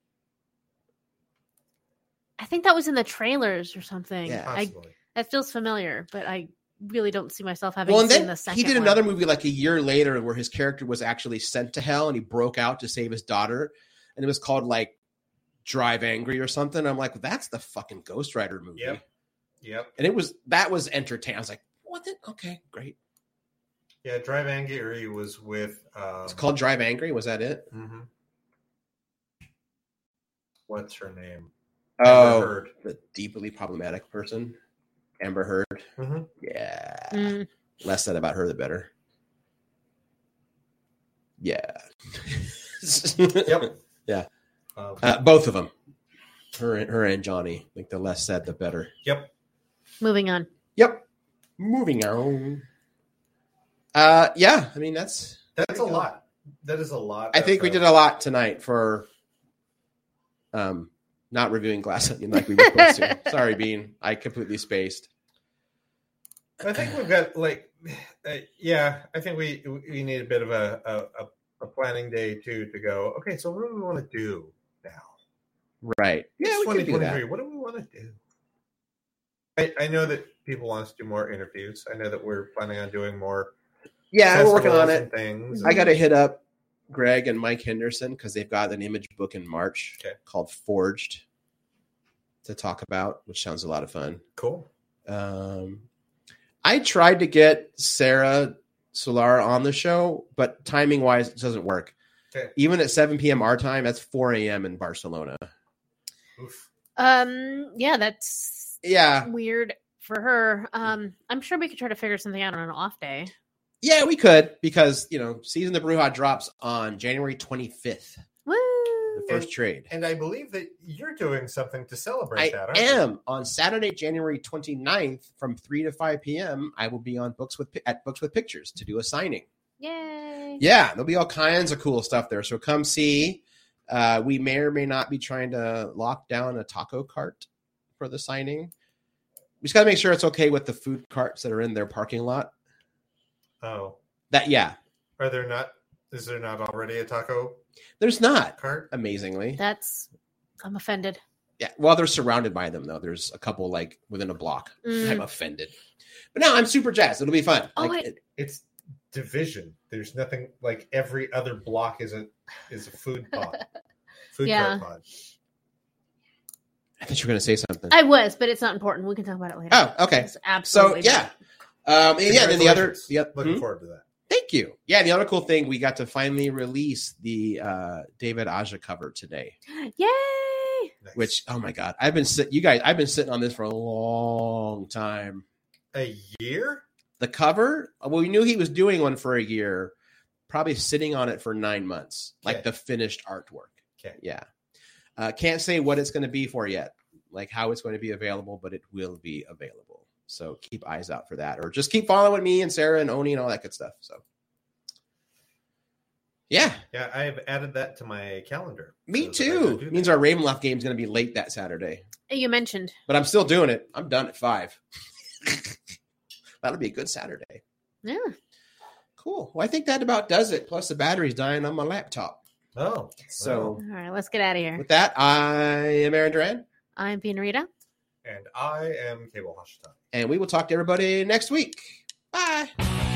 I think that was in the trailers or something.
Yeah.
I
Possibly.
that feels familiar, but I really don't see myself having
well, and
seen
then
the second.
he did
one.
another movie like a year later where his character was actually sent to hell and he broke out to save his daughter, and it was called like Drive Angry or something. I'm like, that's the fucking Ghost Rider movie,
Yep. Yep.
and it was that was entertaining. I was like, what? The? Okay, great.
Yeah. Drive Angry was with. Um,
It's called Drive Angry. Was that it?
mhm. What's her name? Amber
Oh,
Heard.
the deeply problematic person, Amber Heard.
Mhm.
Yeah.
Mm,
less said about her, the better. Yeah.
Yep.
Yeah.
Um,
Uh, both of them, her and her and Johnny. Like the less said, the better.
yep.
moving on.
Yep. Moving on. Uh, yeah. I mean, that's.
That's a lot. That is a lot.
I
of,
think we
uh,
did a lot tonight for, um, not reviewing Glass Onion like we were supposed to. Sorry, Bean. I completely spaced.
I think we've got like, uh, yeah. I think we we need a bit of a a, a, a planning day too to go. Okay, so what do we want to do now?
Right. Yeah,
It's
we can do that.
2023. What do we want to do? I, I know that people want us to do more interviews. I know that we're planning on doing more.
Yeah, we're working
festivals
on it.
and Things.
I got to hit up Greg and Mike Henderson because they've got an image book in March
Okay.
called Forged to talk about, which sounds a lot of fun.
cool.
Um, I tried to get Sarah Solara on the show, but timing wise, it doesn't work.
Okay.
Even at 7 p.m. our time, that's 4 a.m. in Barcelona.
Oof.
Um, yeah, that's
Yeah.
weird for her.
Mm.
Um, I'm sure we could try to figure something out on an off day.
Yeah, we could because, you know, Season of the Bruja drops on January 25th,
Woo!
the first trade.
And I believe that you're doing something to
I
celebrate that. aren't you?
am on Saturday, January 29th from 3 to 5 p.m. I will be on Books with at Books with Pictures to do a signing.
Yay!
Yeah, there'll be all kinds of cool stuff there. So come see. Uh, we may or may not be trying to lock down a taco cart for the signing. We just got to make sure it's okay with the food carts that are in their parking lot.
Oh,
That yeah,
are there not? Is there not already a taco
there's not
cart?
amazingly.
That's I'm offended.
Yeah, well, they're surrounded by them though. There's a couple like within a block.
Mm.
I'm offended, but no, I'm super jazzed. It'll be fun.
Oh,
Like,
I-
it-
It's division. There's nothing like every other block is a is a food pod, food
Yeah.
cart pod.
I thought you were going to say something.
I was, but it's not important. We can talk about it later.
Oh, okay.
It's
So
absolutely
yeah, um, and yeah. Then the other,
Congratulations.
the oth-
looking
hmm?
forward to that.
thank you. Yeah, the other cool thing we got to finally release the uh, David Aja cover today.
not. Yay!
Nice.
Which oh my god, I've been sit- you guys, I've been sitting on this for a long time.
a year?
The cover, well, we knew he was doing one for a year, probably sitting on it for nine months, like
Okay.
the finished artwork.
Okay.
Yeah, uh, can't say what it's going to be for yet, like how it's going to be available, but it will be available. So keep eyes out for that, or just keep following me and Sarah and Oni and all that good stuff. So, yeah,
Yeah, I have added that to my calendar.
me
so that I can
too.
do
Means
that.
our Ravenloft game is going to be late that Saturday,
You mentioned
but I'm still doing it. I'm done at five. That'll be a good Saturday.
yeah.
Cool. Well, I think that about does it. Plus, the battery's dying on my laptop.
Oh,
So,
All right, let's get out of here.
with that, I am Aaron Duran,
I'm being Rita.
and I am Cable Hashita.
and we will talk to everybody next week. Bye.